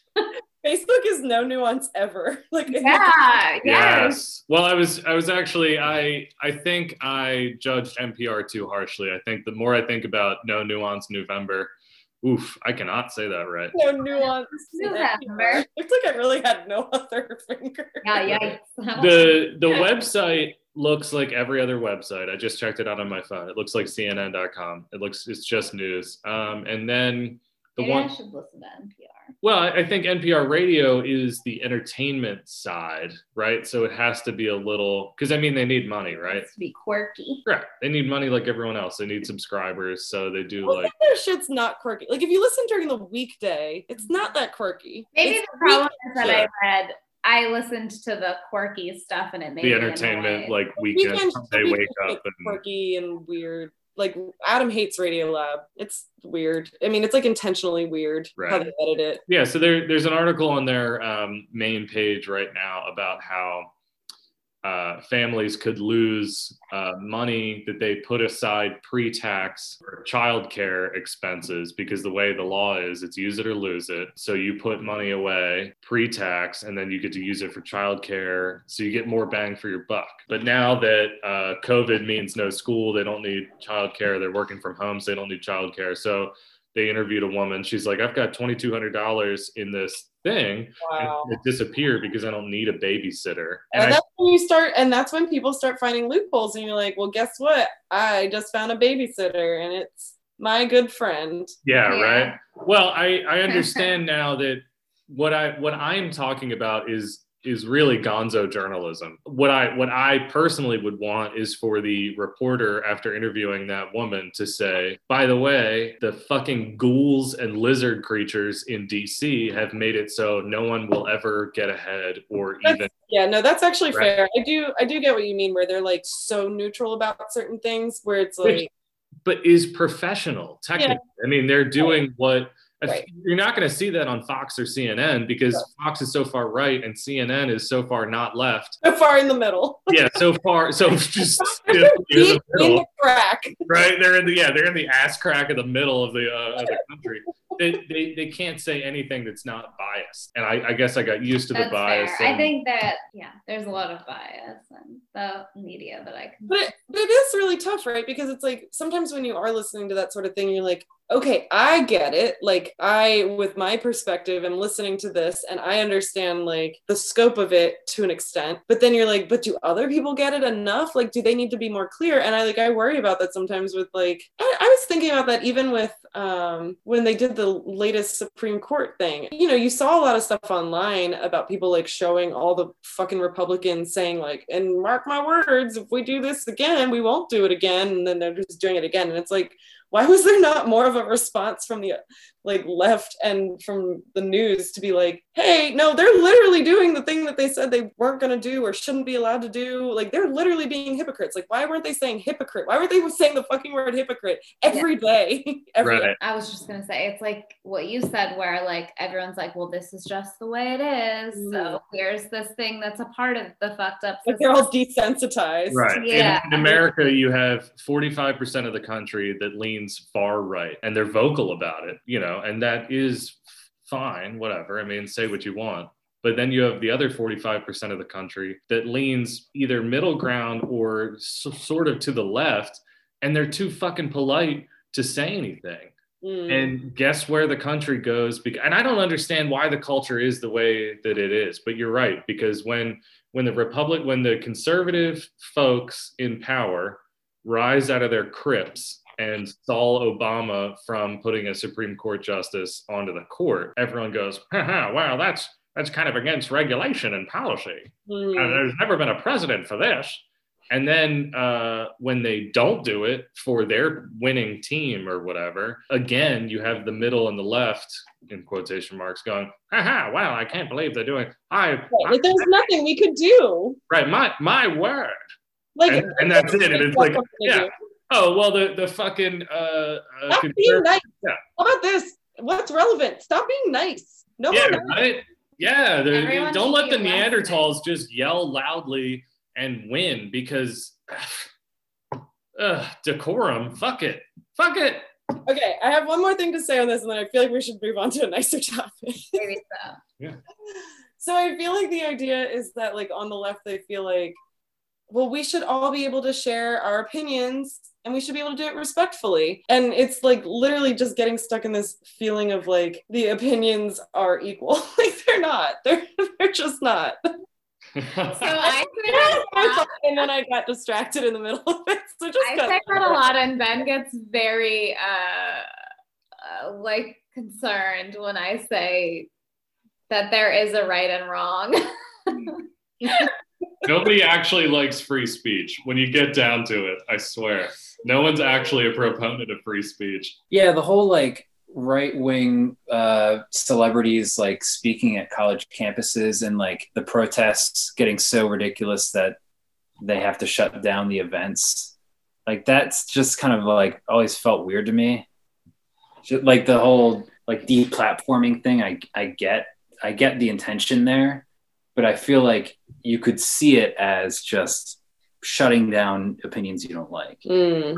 Speaker 1: Facebook is no nuance ever. Like,
Speaker 2: Yeah, yes.
Speaker 3: Well, I was I was actually I I think I judged NPR too harshly. I think the more I think about No Nuance November, oof, I cannot say that right.
Speaker 1: no nuance.
Speaker 2: November.
Speaker 1: Looks like I really had no other finger.
Speaker 2: Yeah, yikes.
Speaker 3: The the website looks like every other website. I just checked it out on my phone. It looks like CNN.com. It looks it's just news. Um, and then the
Speaker 2: Maybe
Speaker 3: one
Speaker 2: I should listen to NPR.
Speaker 3: Well, I I think NPR radio is the entertainment side, right? So it has to be a little because I mean they need money, right?
Speaker 2: To be quirky.
Speaker 3: Correct. They need money like everyone else. They need subscribers, so they do
Speaker 1: Well,
Speaker 3: like
Speaker 1: their shit's not quirky. Like if you listen during the weekday, it's not that quirky.
Speaker 2: Maybe
Speaker 1: It's
Speaker 2: the problem is that
Speaker 3: Yeah.
Speaker 2: I read, I listened to the quirky stuff and it made
Speaker 3: the
Speaker 2: me
Speaker 3: entertainment
Speaker 2: annoyed.
Speaker 3: like
Speaker 1: the
Speaker 3: weekend. They
Speaker 1: weekend
Speaker 3: wake
Speaker 1: shit's
Speaker 3: up and
Speaker 1: quirky and weird. Like Adam hates Radio Lab. It's weird. I mean, it's like intentionally weird how
Speaker 3: Right.
Speaker 1: they edit it.
Speaker 3: yeah. So there, there's an article on their um, main page right now about how uh, families could lose uh, money that they put aside pre-tax or childcare expenses because the way the law is, it's use it or lose it. So you put money away pre-tax, and then you get to use it for childcare, so you get more bang for your buck. But now that uh, COVID means no school, they don't need childcare. They're working from home, so they don't need childcare. So they interviewed a woman. She's like, "I've got twenty two hundred dollars in this thing." and
Speaker 1: Wow.
Speaker 3: it disappeared because I don't need a babysitter.
Speaker 1: And
Speaker 3: And I,
Speaker 1: that's when you start, and that's when people start finding loopholes, and you're like, well, guess what? I just found a babysitter, and it's my good friend.
Speaker 3: Yeah,
Speaker 2: Yeah.
Speaker 3: right. Well, I I understand now that what I what I'm talking about is is really gonzo journalism. What I what I personally would want is for the reporter after interviewing that woman to say, "By the way, the fucking ghouls and lizard creatures in DC have made it so no one will ever get ahead or
Speaker 1: That's-
Speaker 3: even
Speaker 1: Yeah, no, that's actually
Speaker 3: Right.
Speaker 1: fair. I do I do get what you mean where they're like so neutral about certain things where it's
Speaker 3: Which-
Speaker 1: like
Speaker 3: but is professional technically. I mean, they're doing what if-
Speaker 1: Right.
Speaker 3: you're not going to see that on Fox or CNN because Fox is so far right and CNN is so far not left.
Speaker 1: so far in the middle.
Speaker 3: Yeah, so far, so just stiff
Speaker 1: They're
Speaker 3: near the
Speaker 1: deep in
Speaker 3: middle,
Speaker 1: the crack.
Speaker 3: right? They're in the yeah, they're in the ass crack of the middle of the uh, of the country. They, they they can't say anything that's not biased, and I, I guess I got used to the
Speaker 2: That's
Speaker 3: bias.
Speaker 2: fair. I
Speaker 3: and-
Speaker 2: think that yeah, there's a lot of bias in the media that I can.
Speaker 1: But but it is really tough, right? Because it's like sometimes when you are listening to that sort of thing, you're like, okay, I get it. Like I, with my perspective, am listening to this and I understand like the scope of it to an extent. But then you're like, but do other people get it enough? Like, do they need to be more clear? And I like I worry about that sometimes with like I, I was thinking about that even with um when they did the latest Supreme Court thing. You know, you saw a lot of stuff online about people like showing all the fucking Republicans saying like, and mark my words, if we do this again, we won't do it again. And then they're just doing it again. And it's like, why was there not more of a response from the like left and from the news to be like, hey, no, they're literally doing the thing that they said they weren't going to do or shouldn't be allowed to do. Like they're literally being hypocrites. Like why weren't they saying hypocrite? Why were they saying the fucking word hypocrite every day? every
Speaker 3: right.
Speaker 2: I was just gonna say it's like what you said, where like everyone's like, well, this is just the way it is.
Speaker 1: Mm.
Speaker 2: So here's this thing that's a part of the fucked up
Speaker 1: Like
Speaker 2: system.
Speaker 1: they're all desensitized.
Speaker 3: Right. In-
Speaker 2: Yeah.
Speaker 3: In, America, you have 45% of the country that leans far right and they're vocal about it, you know, and that is fine, whatever. I mean, say what you want. But then you have the other 45% of the country that leans either middle ground or s sort of to the left, and they're too fucking polite to say anything.
Speaker 1: Mm.
Speaker 3: And guess where the country goes? bec- And I don't understand why the culture is the way that it is. But you're right because when when the republic when the conservative folks in power rise out of their crypts and stall Obama from putting a Supreme Court justice onto the court, everyone goes, Haha, "Wow, that's that's kind of against regulation and policy."
Speaker 1: Mm.
Speaker 3: Uh, there's never been a president for this. And then uh, when they don't do it for their winning team or whatever, again, you have the middle and the left in quotation marks going, haha, wow, I can't believe they're doing, I,
Speaker 1: Right, Like there's nothing we could do.
Speaker 3: right, my, my word.
Speaker 1: Like
Speaker 3: And- and that's it, and it's like,
Speaker 1: Something to
Speaker 3: yeah,
Speaker 1: do.
Speaker 3: Oh, well, the, the fucking, uh, uh,
Speaker 1: Stop being
Speaker 3: conservative-
Speaker 1: nice.
Speaker 3: yeah.
Speaker 1: How about this? What's relevant? Stop being nice. No
Speaker 3: yeah,
Speaker 1: one knows.
Speaker 3: right? Yeah, the-
Speaker 2: Everyone
Speaker 3: don't
Speaker 2: should
Speaker 3: let the
Speaker 2: be less than-
Speaker 3: Neanderthals just yell loudly and win because ugh, decorum, fuck it, fuck it.
Speaker 1: Okay, I have one more thing to say on this, and then I feel like we should move on to a nicer topic.
Speaker 2: Maybe so.
Speaker 1: so I feel like the idea is that, like, on the left, they feel like, well, we should all be able to share our opinions and we should be able to do it respectfully. And it's like literally just getting stuck in this feeling of like the opinions are equal. like, they're not, they're, they're just not.
Speaker 2: So I said that
Speaker 1: and then I got distracted in the middle of it. So just
Speaker 2: I
Speaker 1: cut
Speaker 2: say that a lot, and Ben gets very uh, uh, like concerned when I say that there is a right and wrong.
Speaker 3: Nobody actually likes free speech when you get down to it, I swear. No one's actually a proponent of free speech.
Speaker 4: Yeah, the whole like right wing uh, celebrities like speaking at college campuses and like the protests getting so ridiculous that they have to shut down the events. Like that's just kind of like always felt weird to me. Ju- Like the whole like deplatforming thing, I I get I get the intention there, but I feel like you could see it as just shutting down opinions you don't like.
Speaker 1: Hmm.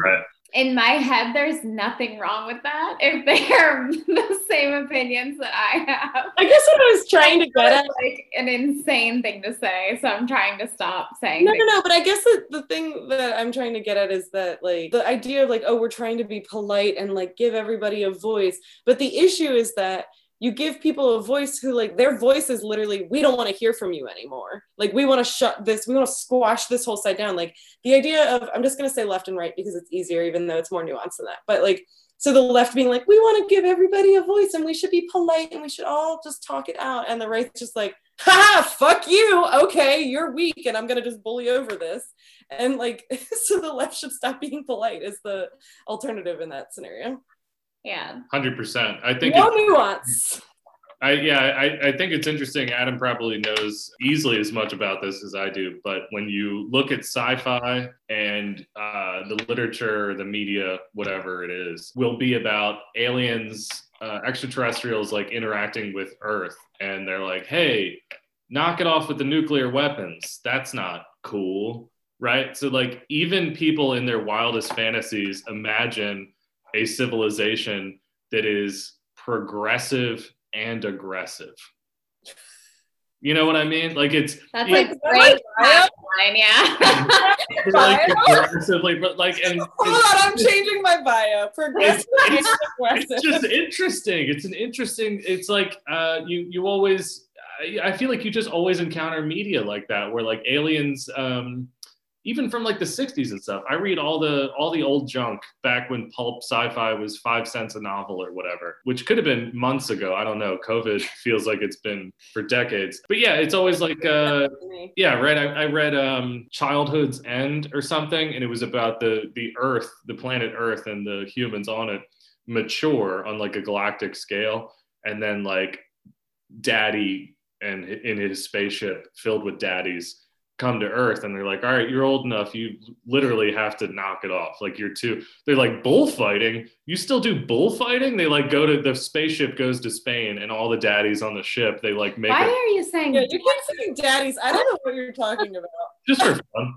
Speaker 2: In my head, there's nothing wrong with that if they are the same opinions that I have.
Speaker 1: I guess what I was trying to get at.
Speaker 2: That's like an insane thing to say, so I'm trying to stop saying.
Speaker 1: No, no,
Speaker 2: things.
Speaker 1: no. But I guess that the thing that I'm trying to get at is that, like, the idea of, like, oh, we're trying to be polite and, like, give everybody a voice. But the issue is that you give people a voice who, like, their voice is literally, we don't want to hear from you anymore. Like, we want to shut this, we want to squash this whole side down. Like, the idea of, I'm just going to say left and right because it's easier, even though it's more nuanced than that. But, like, so the left being like we want to give everybody a voice and we should be polite and we should all just talk it out and the right's just like ha fuck you okay you're weak and i'm gonna just bully over this and like so the left should stop being polite is the alternative in that scenario
Speaker 2: Yeah.
Speaker 3: Hundred percent. I think.
Speaker 1: no
Speaker 3: it-
Speaker 1: nuance
Speaker 3: I yeah. I, I think it's interesting. Adam probably knows easily as much about this as I do. But when you look at sci-fi and uh, the literature, the media, whatever it is, will be about aliens, uh, extraterrestrials, like interacting with Earth, and they're like, "Hey, knock it off with the nuclear weapons. That's not cool." Right. So, like, even people in their wildest fantasies imagine a civilization that is progressive and aggressive. You know what I mean? Like it's
Speaker 2: That's
Speaker 3: Yeah.
Speaker 2: like great tagline. Yeah.
Speaker 3: it's like aggressively, but like and
Speaker 1: hold
Speaker 3: it's,
Speaker 1: on i'm changing my bio progressive and
Speaker 3: it's
Speaker 1: aggressive
Speaker 3: just interesting. It's an interesting. It's like uh, you you always. I, I feel like you just always encounter media like that, where like aliens, um, even from like the '60s and stuff. I read all the all the old junk back when pulp sci-fi was five cents a novel or whatever, which could have been months ago. I don't know. COVID feels like it's been for decades. But yeah, it's always like. Uh, yeah right i, I read um, childhood's end or something and it was about the the earth the planet earth and the humans on it mature on like a galactic scale and then like daddy and hi- in his spaceship filled with daddies come to earth and they're like all right you're old enough you literally have to knock it off like you're too they're like bullfighting you still do bullfighting they like go to the spaceship goes to spain and all the daddies on the ship they like make
Speaker 2: Why
Speaker 3: it
Speaker 2: are you saying
Speaker 1: yeah, you keep saying daddies. I don't know what you're talking about.
Speaker 3: just for fun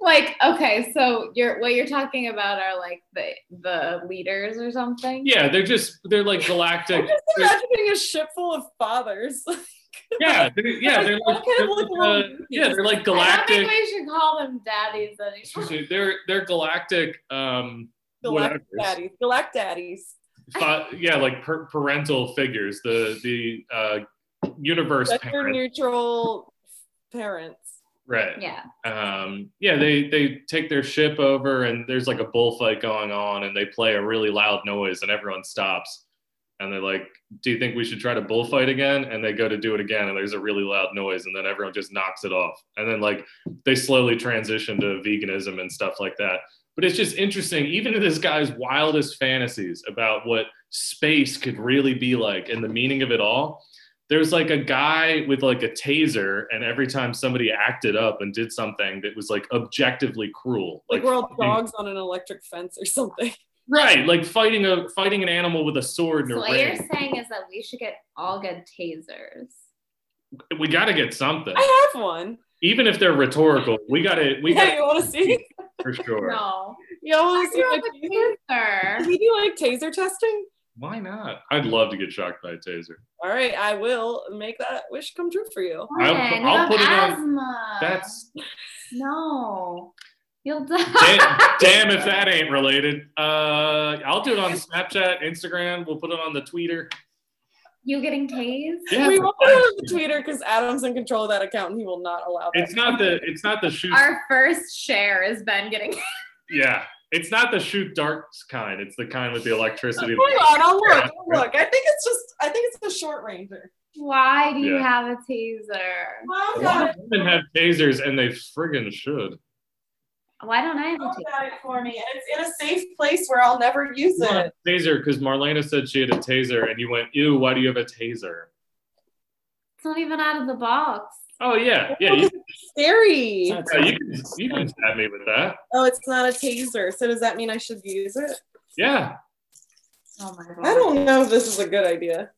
Speaker 2: like okay? So you're what you're talking about are like the the leaders or something.
Speaker 3: Yeah, they're just they're like galactic.
Speaker 1: I'm just imagining a ship full of fathers.
Speaker 3: yeah, they're, yeah, they're like,
Speaker 1: Kind of
Speaker 3: they're
Speaker 1: like
Speaker 3: like,
Speaker 1: little
Speaker 3: uh, yeah, they're like
Speaker 2: I
Speaker 3: galactic.
Speaker 2: don't think we should call them daddies anymore.
Speaker 3: They're they're galactic. Um,
Speaker 1: Galact
Speaker 3: whatever.
Speaker 1: daddies. Galact daddies.
Speaker 3: fa- yeah, like per- parental figures. The the uh, universe
Speaker 1: Gender
Speaker 3: parent.
Speaker 1: neutral parents.
Speaker 3: Right.
Speaker 2: Yeah.
Speaker 3: um, yeah, they they take their ship over and there's like a bullfight going on and they play a really loud noise and everyone stops and they're like, "Do you think we should try to bullfight again?" And they go to do it again and there's a really loud noise and then everyone just knocks it off and then like they slowly transition to veganism and stuff like that. But it's just interesting, even in this guy's wildest fantasies about what space could really be like and the meaning of it all there's like a guy with like a taser and every time somebody acted up and did something that was like objectively cruel
Speaker 1: Like, we're all
Speaker 3: fighting-
Speaker 1: dogs on an electric fence or something.
Speaker 3: right like fighting a fighting an animal with a sword
Speaker 2: So
Speaker 3: and a
Speaker 2: what you're
Speaker 3: ring
Speaker 2: saying is that we should get all get tasers.
Speaker 3: we got to get something
Speaker 1: I have one.
Speaker 3: even if they're rhetorical we got to we got
Speaker 1: yeah, you want to see?
Speaker 3: for sure
Speaker 2: No.
Speaker 1: Y'all want to see?
Speaker 2: I
Speaker 1: my taser?
Speaker 2: grew up a taser.
Speaker 1: Can you do like taser testing?
Speaker 3: why not i'd love to get shocked by a taser
Speaker 1: All right, I will make that wish come true for you.
Speaker 3: I'll-
Speaker 2: Woman, you
Speaker 3: I'll
Speaker 2: have
Speaker 3: put it on-
Speaker 2: asthma.
Speaker 3: that's
Speaker 2: no. You'll
Speaker 3: damn,
Speaker 2: die.
Speaker 3: damn if that ain't related uh i'll do it on snapchat instagram we'll put it on the tweeter
Speaker 2: you getting tased?
Speaker 3: Yeah,
Speaker 1: we
Speaker 3: for
Speaker 1: won't put it on the tweeter because Adam's in control of that account and he will not allow that.
Speaker 3: it's not the it's not the shoot
Speaker 2: Our first share is Ben getting
Speaker 3: Yeah, it's not the shoot darts kind. It's the kind with the electricity.
Speaker 1: Hold on, I'll look. I'll look. I think it's just. I think it's the short ranger.
Speaker 2: Why do you
Speaker 3: Yeah.
Speaker 2: have a taser?
Speaker 1: Mom
Speaker 4: Why?
Speaker 1: got it.
Speaker 3: Women have tasers, and they friggin' should.
Speaker 2: Why don't I have a
Speaker 1: Mom
Speaker 2: taser?
Speaker 1: got it for me, and it's in a safe place where I'll never use it.
Speaker 3: Taser, because Marlena said she had a taser, and you went, "Ew, why do you have a taser?"
Speaker 2: It's not even out of the box.
Speaker 3: Oh yeah, yeah, you,
Speaker 1: Scary.
Speaker 3: yeah, you can you can stab me with that.
Speaker 1: Oh, it's not a taser. So does that mean I should use it?
Speaker 3: Yeah,
Speaker 2: Oh my god.
Speaker 1: I don't know if this is a good idea.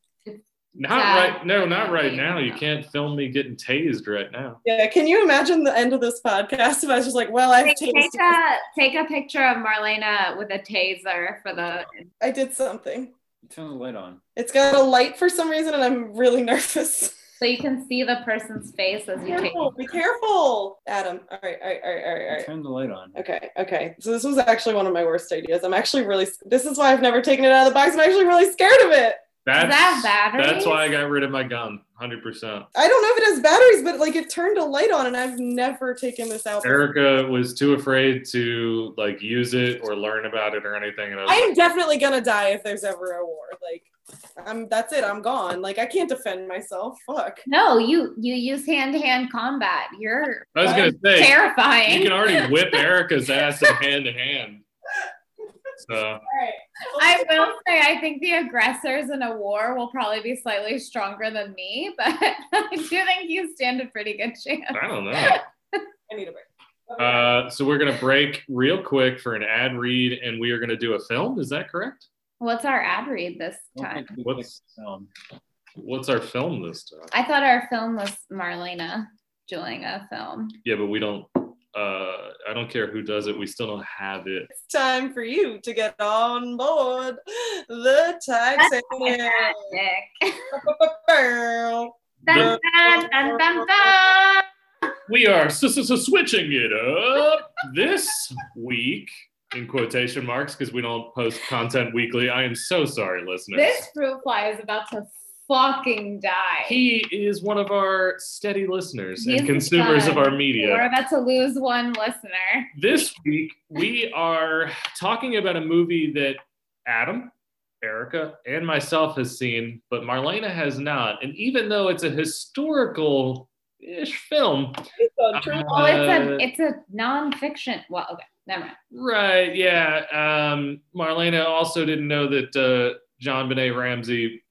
Speaker 3: not
Speaker 2: Yeah.
Speaker 3: right. No, not right now. You can't film me getting tased right now.
Speaker 1: Yeah. Can you imagine the end of this podcast if I was just like, well, I've
Speaker 2: Take, take
Speaker 1: tased.
Speaker 2: a take a picture of Marlena with a taser for the
Speaker 1: I did something.
Speaker 4: Turn the light on.
Speaker 1: It's got a light for some reason, and I'm really nervous.
Speaker 2: so you can see the person's face as you take.
Speaker 1: Careful, be careful, Adam. All right, all right, all right, all right, all right.
Speaker 4: Turn the light on.
Speaker 1: Okay, okay. So this was actually one of my worst ideas. I'm actually really. This is why I've never taken it out of the box. I'm actually really scared of it.
Speaker 3: That's,
Speaker 2: that batteries?
Speaker 3: That's why I got rid of my gun. Hundred percent.
Speaker 1: I don't know if it has batteries, but like it turned a light on, and I've never taken this out. before.
Speaker 3: Erica was too afraid to like use it or learn about it or anything. And I was
Speaker 1: I
Speaker 3: like,
Speaker 1: am definitely gonna die if there's ever a war. Like, I'm that's it. I'm gone. Like, I can't defend myself. Fuck.
Speaker 2: No, you you use hand to hand combat. You're
Speaker 3: I was gonna say you
Speaker 2: terrifying.
Speaker 3: can already whip Erica's ass in hand to hand. So
Speaker 1: All right.
Speaker 2: I will say, I think the aggressors in a war will probably be slightly stronger than me, but I do think you stand a pretty good chance.
Speaker 3: I don't know.
Speaker 1: I need a break.
Speaker 3: Uh, so we're gonna break real quick for an ad read, and we are gonna do a film. Is that correct?
Speaker 2: What's our ad read this time?
Speaker 3: What's- What's our film this time?
Speaker 2: I thought our film was Marlena doing a film.
Speaker 3: Yeah, but we don't. Uh, I don't care who does it. We still don't have it.
Speaker 1: it's time for you to get on board the Titanic.
Speaker 2: Dun, dun, dun, dun, dun.
Speaker 3: We are s- s- s- switching it up this week in quotation marks because we don't post content weekly. I am so sorry, listeners.
Speaker 2: This fruit fly is about to fucking die.
Speaker 3: he is one of our steady listeners
Speaker 2: He's
Speaker 3: and consumers of
Speaker 2: fun.
Speaker 3: our media.
Speaker 2: We're about to lose one listener.
Speaker 3: This week, we are talking about a movie that Adam, Erica, and myself has seen, but Marlena has not. And even though it's a historical ish film,
Speaker 2: Oh,
Speaker 3: Uh,
Speaker 2: it's a it's a nonfiction. Well, okay, never mind.
Speaker 3: right? Yeah. Um, Marlena also didn't know that uh, John Benet Ramsey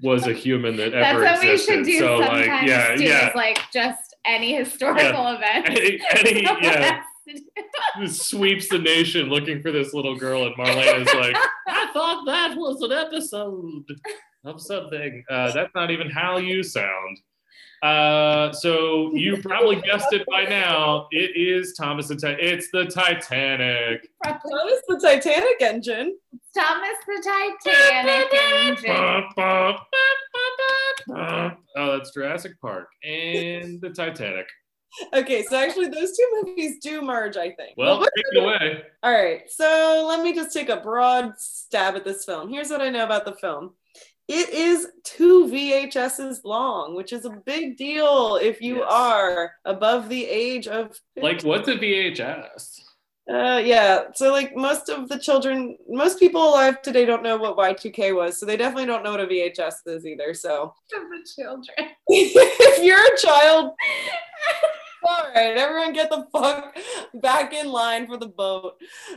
Speaker 3: was a human that
Speaker 2: That's
Speaker 3: ever
Speaker 2: what we
Speaker 3: existed.
Speaker 2: should do
Speaker 3: so,
Speaker 2: sometimes
Speaker 3: like, yeah,
Speaker 2: too.
Speaker 3: yeah.
Speaker 2: Is like just any historical event.
Speaker 3: Any, any, yeah, sweeps the nation looking for this little girl, and Marlena's like, I thought that was an episode of something. Uh, that's not even how you sound. Uh, so you probably guessed it by now. It is Thomas the Ti- It's the Titanic.
Speaker 1: That is the Titanic engine.
Speaker 2: Thomas the Titanic engine.
Speaker 3: Bum, bum, bum, bum, bum, bum. Oh, that's Jurassic Park and the Titanic.
Speaker 1: Okay, so actually, those two movies do merge, I think.
Speaker 3: Well,
Speaker 1: But
Speaker 3: take it away.
Speaker 1: All right, so let me just take a broad stab at this film. Here's what I know about the film it is two VHSs long, which is a big deal if you
Speaker 3: Yes.
Speaker 1: are above the age of.
Speaker 3: Like, what's a VHS?
Speaker 1: Uh, yeah, so like most of the children, most people alive today don't know what Y2K was, so they definitely don't know what a VHS is either. So
Speaker 2: Of the children.
Speaker 1: if you're a child, all right, everyone get the fuck back in line for the boat.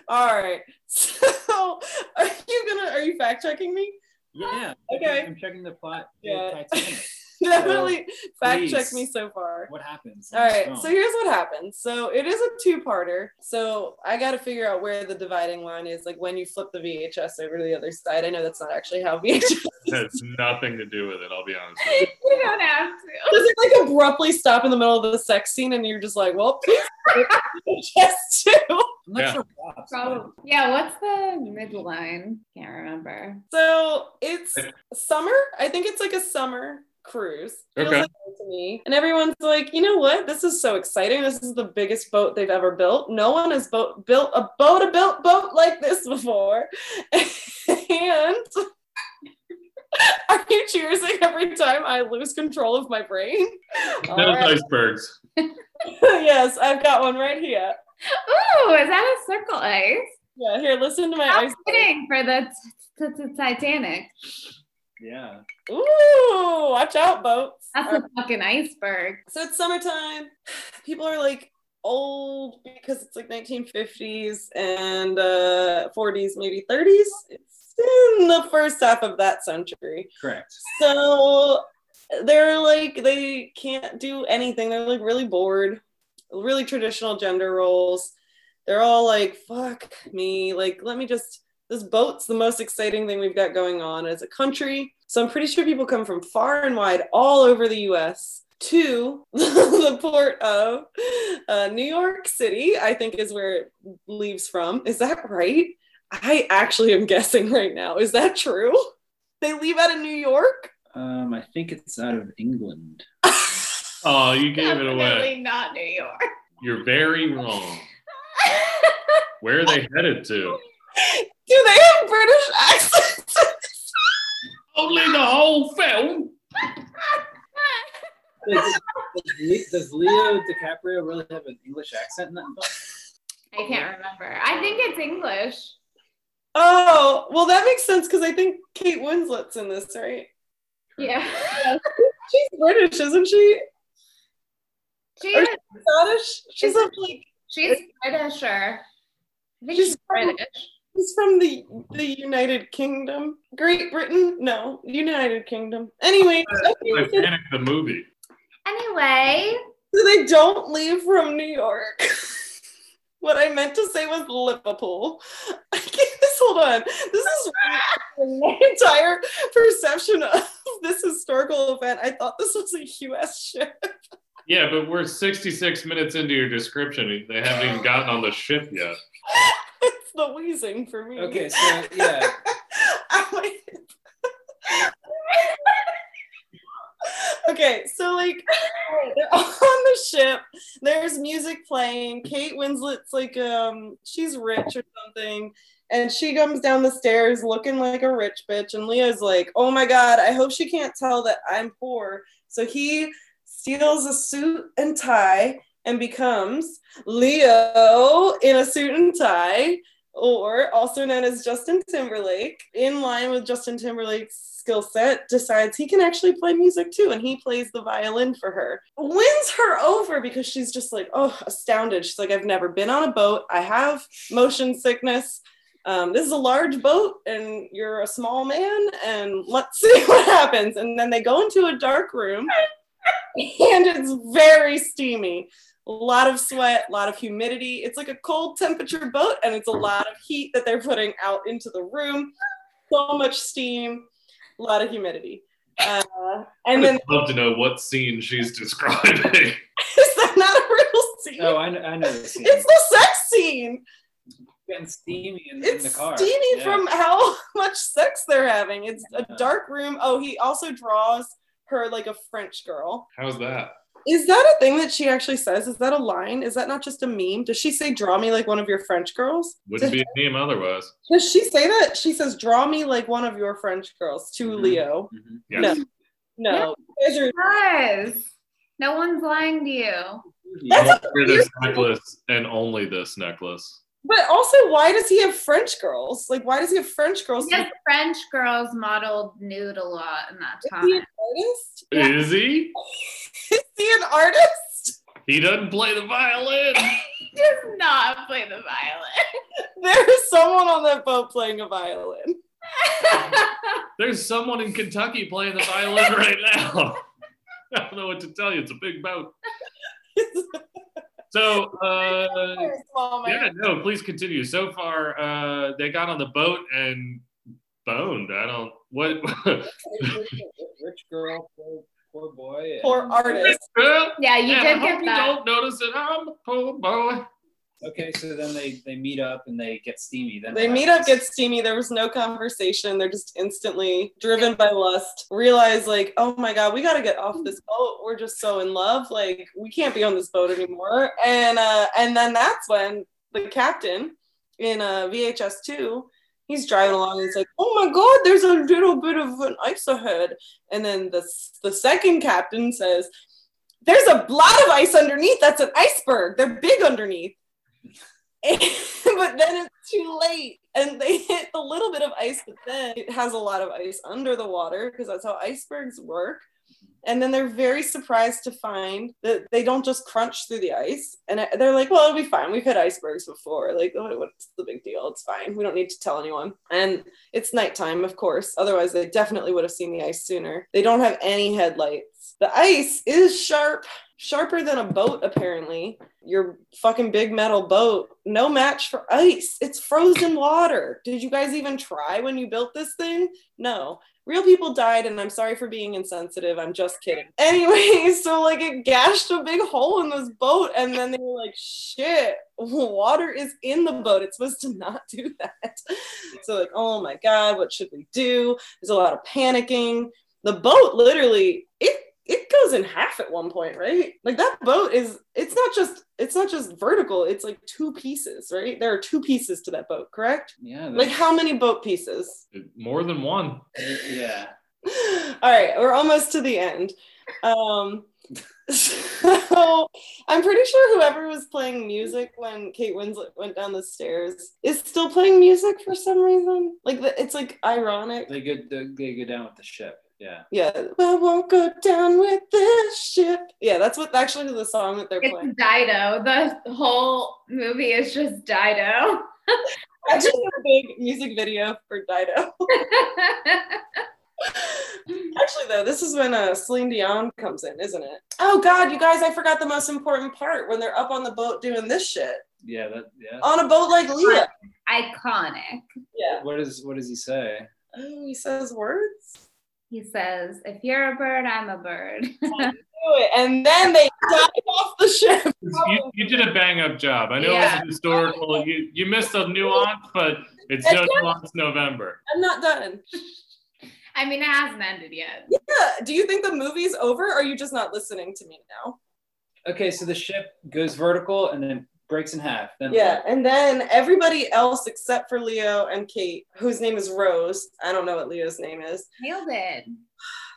Speaker 1: All right. So, are you gonna? Are you fact checking me?
Speaker 4: Yeah.
Speaker 1: Okay.
Speaker 4: I'm checking the plot. to
Speaker 1: Yeah.
Speaker 4: Titanic.
Speaker 1: Definitely fact check
Speaker 4: please.
Speaker 1: me so far.
Speaker 4: What happens? in
Speaker 1: All
Speaker 4: this
Speaker 1: right,
Speaker 4: film?
Speaker 1: so here's what happens. So it is a two-parter. So I got to figure out where the dividing line is, like when you flip the VHS over to the other side. I know that's not actually how VHS.
Speaker 3: has nothing to do with it. I'll be honest. With you.
Speaker 2: You don't have to.
Speaker 1: Does it like abruptly stop in the middle of the sex scene, and you're just like, "Well, VHS too."
Speaker 4: I'm not
Speaker 3: Yeah.
Speaker 4: sure what happens, but-
Speaker 2: Probably. Yeah, what's the midline? Can't remember.
Speaker 1: So it's summer. I think it's like a summer cruise. Feels
Speaker 3: Okay.
Speaker 1: like that to me. And everyone's like, you know what? This is so exciting. This is the biggest boat they've ever built. No one has boat built a boat a built boat like this before. and are you cheersing every time I lose control of my brain? All
Speaker 3: Those
Speaker 1: right.
Speaker 3: icebergs.
Speaker 1: yes, I've got one right here.
Speaker 2: Ooh, is that a circle ice?
Speaker 1: Yeah, here, listen to my
Speaker 2: I'm
Speaker 1: ice.
Speaker 2: waiting for the t- t- t- Titanic.
Speaker 4: Yeah.
Speaker 1: Ooh, watch out, boats.
Speaker 2: That's a fucking iceberg.
Speaker 1: so it's summertime. People are like old because it's like 1950s and uh, 40s, maybe 30s. It's in the first half of that century.
Speaker 4: Correct.
Speaker 1: So they're like, they can't do anything. They're like really bored, really traditional gender roles. They're all like, fuck me. Like, let me just, this boat's the most exciting thing we've got going on as a country. So I'm pretty sure people come from far and wide, all over the US to the port of uh, New York City, I think is where it leaves from. Is that right? I actually am guessing right now. Is that true? They leave out of New York?
Speaker 4: Um, I think it's out of England.
Speaker 3: Oh, you gave it away.
Speaker 2: Definitely not New York.
Speaker 3: You're very wrong. Where are they headed to?
Speaker 1: Do they have British accents?
Speaker 3: Only
Speaker 5: does, does, does Leo DiCaprio really have an English accent in that film?
Speaker 2: I can't remember. I think it's English.
Speaker 1: Oh, well, that makes sense because I think Kate Winslet's in this, right?
Speaker 2: Yeah.
Speaker 1: She's British, isn't she?
Speaker 2: she
Speaker 1: Or-
Speaker 2: is.
Speaker 1: Scottish? She's of, like
Speaker 2: She's Britisher. I think
Speaker 1: She's
Speaker 2: she's,
Speaker 1: from-
Speaker 2: British.
Speaker 1: she's from the the United Kingdom, Great Britain. No, United Kingdom. Anyway, okay, so
Speaker 3: Titanic the movie.
Speaker 2: Anyway,
Speaker 1: so they don't leave from New York. what I meant to say was Liverpool. I can't. This, hold on. This is my entire perception of this historical event. I thought this was a U.S. ship.
Speaker 3: Yeah, but we're 66 minutes into your description. They haven't even gotten on the ship yet.
Speaker 1: it's the wheezing for me.
Speaker 5: Okay, so yeah,
Speaker 1: okay, so like they're on the ship. There's music playing. Kate Winslet's like um she's rich or something. And she comes down the stairs looking like a rich bitch. And Leo's like, oh my God, I hope she can't tell that I'm poor. So he steals a suit and tie and becomes Leo in a suit and tie or also known as Justin Timberlake, in line with Justin Timberlake's skill set, decides he can actually play music too, and he plays the violin for her. Wins her over because she's just like, oh, astounded. She's like, I've never been on a boat. I have motion sickness. Um, this is a large boat, and you're a small man, and let's see what happens. And then they go into a dark room, and it's very steamy a lot of sweat, a lot of humidity. It's like a cold temperature boat, and it's a lot of heat that they're putting out into the room. So much steam, a lot of humidity. Uh, and then
Speaker 3: I'd love to know what scene she's describing.
Speaker 1: is that not a real scene?
Speaker 4: Oh,
Speaker 5: I know, I know this scene.
Speaker 1: It's the sex scene.
Speaker 5: getting steamy in, in
Speaker 1: It's
Speaker 5: the car.
Speaker 1: steamy
Speaker 5: Yeah.
Speaker 1: from how much sex they're having. It's a
Speaker 5: Yeah.
Speaker 1: dark room. Oh, he also draws her like a French girl.
Speaker 3: How's that?
Speaker 1: Is that a thing that she actually says? Is that a line? Is that not just a meme? Does she say, draw me like one of your French girls?
Speaker 3: Wouldn't be a name otherwise.
Speaker 1: Does she say that? She says, "Draw me like one of your French girls." To
Speaker 5: Mm-hmm.
Speaker 4: Mhm.
Speaker 1: Leo,
Speaker 4: Mhm.
Speaker 3: Yeah.
Speaker 1: No. no, You guys are-
Speaker 2: guys, no one's lying to you.
Speaker 3: Only for this necklace and only this necklace.
Speaker 1: but also, why does he have French girls? Like, why does he have French girls?
Speaker 2: Yes, French girls modeled nude a lot in that
Speaker 1: Is
Speaker 2: time.
Speaker 1: he an artist?
Speaker 3: Is he?
Speaker 1: Is he an artist?
Speaker 3: He doesn't play the violin.
Speaker 2: Does not play the violin.
Speaker 1: There is someone on that boat playing a violin.
Speaker 3: There's someone in Kentucky playing the violin right now. I don't know what to tell you. It's a big boat. So, uh,
Speaker 1: Small man.
Speaker 3: yeah, no, please continue. So far, uh, they got on the boat and boned. I don't, what?
Speaker 5: Rich girl, poor, poor boy. and-
Speaker 1: Poor artist.
Speaker 3: Girl,
Speaker 2: yeah, you
Speaker 3: and I
Speaker 2: did
Speaker 3: hope
Speaker 2: get
Speaker 3: you
Speaker 2: that.
Speaker 3: don't notice that I'm a poor boy.
Speaker 5: Okay, so then they they meet up and they get steamy. Then
Speaker 1: They
Speaker 5: what
Speaker 1: meet up,
Speaker 5: happens?
Speaker 1: get steamy. There was no conversation. They're just instantly driven by lust. Realize, like, oh my God, we got to get off this boat. We're just so in love. Like, we can't be on this boat anymore. And uh, and then that's when the captain in uh, VHS 2, he's driving along and he's like, oh my God, there's a little bit of an ice ahead. And then the, s- the second captain says, there's a lot of ice underneath. That's an iceberg. They're big underneath. but then it's too late. And they hit a little bit of ice, but then it has a lot of ice under the water because that's how icebergs work. And then they're very surprised to find that they don't just crunch through the ice. And I- they're like, well, it'll be fine. We've had icebergs before. Like, what- what's the big deal? It's fine. We don't need to tell anyone. And it's nighttime, of course. Otherwise, they definitely would have seen the ice sooner. They don't have any headlights. The ice is sharp, sharper than a boat, apparently. Your fucking big metal boat, no match for ice. It's frozen water. Did you guys even try when you built this thing? No. Real people died, and I'm sorry for being insensitive. I'm just kidding. Anyway, so like it gashed a big hole in this boat, and then they were like, shit, water is in the boat. It's supposed to not do that. So, like, oh my God, what should we do? There's a lot of panicking. The boat literally, it it goes in half at one point, right? Like that boat is it's not just it's not just vertical, it's like two pieces, right? There are two pieces to that boat, correct?
Speaker 5: Yeah.
Speaker 1: Like how many boat pieces?
Speaker 3: More than one.
Speaker 5: they- Yeah.
Speaker 1: All right, we're almost to the end. Um, so I'm pretty sure whoever was playing music when Kate Winslet went down the stairs is still playing music for some reason. Like the, it's like ironic.
Speaker 4: They go they, they go down with the ship. Yeah.
Speaker 1: Yeah, I won't go down with this ship. Yeah, that's what actually the song that they're playing.
Speaker 2: It's Dido. The whole movie is just Dido.
Speaker 1: Actually, a big music video for Dido. Actually, though, this is when uh, Celine Dion comes in, isn't it? Oh God, you guys, I forgot the most important part when they're up on the boat doing this shit
Speaker 4: Yeah. That. Yeah.
Speaker 1: on a boat like Leah.
Speaker 2: Iconic.
Speaker 1: Yeah.
Speaker 4: What is what does he say?
Speaker 1: Oh, he says words.
Speaker 2: He says, if you're a bird, I'm a bird.
Speaker 1: Do it, and then they dive off the ship.
Speaker 3: You, you did a bang up job. I know
Speaker 2: Yeah.
Speaker 3: it's historical. You, you missed a nuance, but it's
Speaker 1: It's
Speaker 3: no
Speaker 1: not-
Speaker 3: nuance November.
Speaker 1: I'm not done.
Speaker 2: I mean, it hasn't ended yet.
Speaker 1: Yeah. Do you think the movie's over? Or are you just not listening to me now?
Speaker 4: Okay, so the ship goes vertical and then breaks in half. Then
Speaker 1: Yeah, and then everybody else except for Leo and Kate, whose name is Rose. I don't know what Leo's name is.
Speaker 2: Nailed it.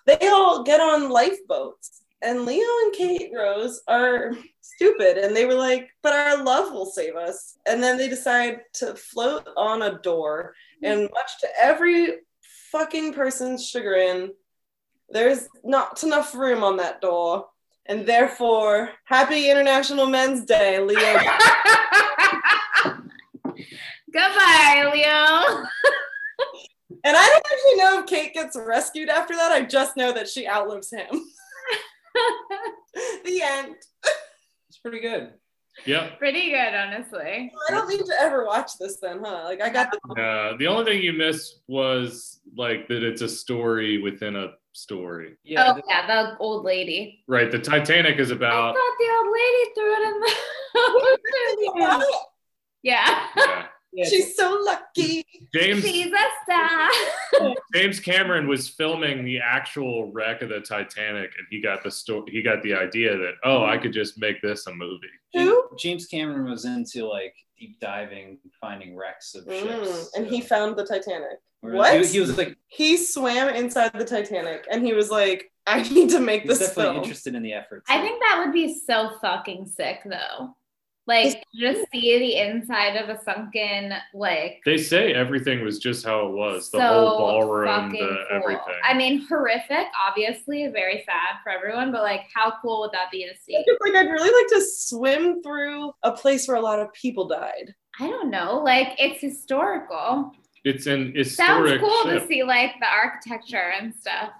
Speaker 1: they all get on lifeboats and leo and kate rose are stupid and they were like but our love will save us and then they decide to float on a door and much to every fucking person's chagrin there's not enough room on that door and therefore happy international men's day leo
Speaker 2: Goodbye, Leo.
Speaker 1: and i don't actually know if kate gets rescued after that i just know that she outlives him the end
Speaker 4: It's pretty good.
Speaker 3: Yep.
Speaker 2: Pretty good, honestly.
Speaker 1: i don't need to ever watch this then huh like i got the
Speaker 3: Uh, the only thing you missed was like that it's a story within a story.
Speaker 4: Yeah.
Speaker 2: oh, yeah, the old lady.
Speaker 3: Right. The Titanic is
Speaker 2: I
Speaker 3: about.
Speaker 2: thought the old lady threw it in the ocean. yeah.
Speaker 3: Yeah.
Speaker 4: yeah,
Speaker 1: She's so lucky.
Speaker 3: James
Speaker 2: She's a star.
Speaker 3: James Cameron was filming the actual wreck of the Titanic, and he got the story. He got the idea that oh, I could just make this a movie.
Speaker 4: James,
Speaker 1: Who?
Speaker 4: James Cameron was into like deep diving, finding wrecks of
Speaker 1: Mm,
Speaker 4: ships.
Speaker 1: and he
Speaker 4: so-
Speaker 1: found the Titanic.
Speaker 4: Whereas
Speaker 1: what?
Speaker 4: He, was- he was like
Speaker 1: He swam inside the Titanic and he was like, I need to make
Speaker 4: he was
Speaker 1: this
Speaker 4: definitely
Speaker 1: film.
Speaker 4: interested in the effort.
Speaker 2: I think that would be so fucking sick, though. Like, just see the inside of a sunken, like,
Speaker 3: They say everything was just how it was. The
Speaker 2: so
Speaker 3: whole ballroom,
Speaker 2: fucking
Speaker 3: the
Speaker 2: cool.
Speaker 3: everything.
Speaker 2: I mean, horrific, obviously, very sad for everyone, but like, how cool would that be to see?
Speaker 1: It's like, I'd really like to swim through a place where a lot of people died.
Speaker 2: I don't know. Like, it's historical.
Speaker 3: it's an
Speaker 2: Sounds
Speaker 3: historic
Speaker 2: cool
Speaker 3: ship.
Speaker 2: to see, like, the architecture and stuff.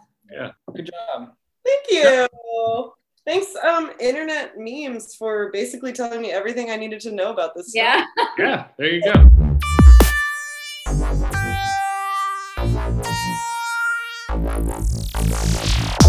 Speaker 4: good job.
Speaker 1: Thank you. Thanks, um, internet memes for basically telling me everything I needed to know about this. film.
Speaker 2: Yeah.
Speaker 3: Yeah, there you go.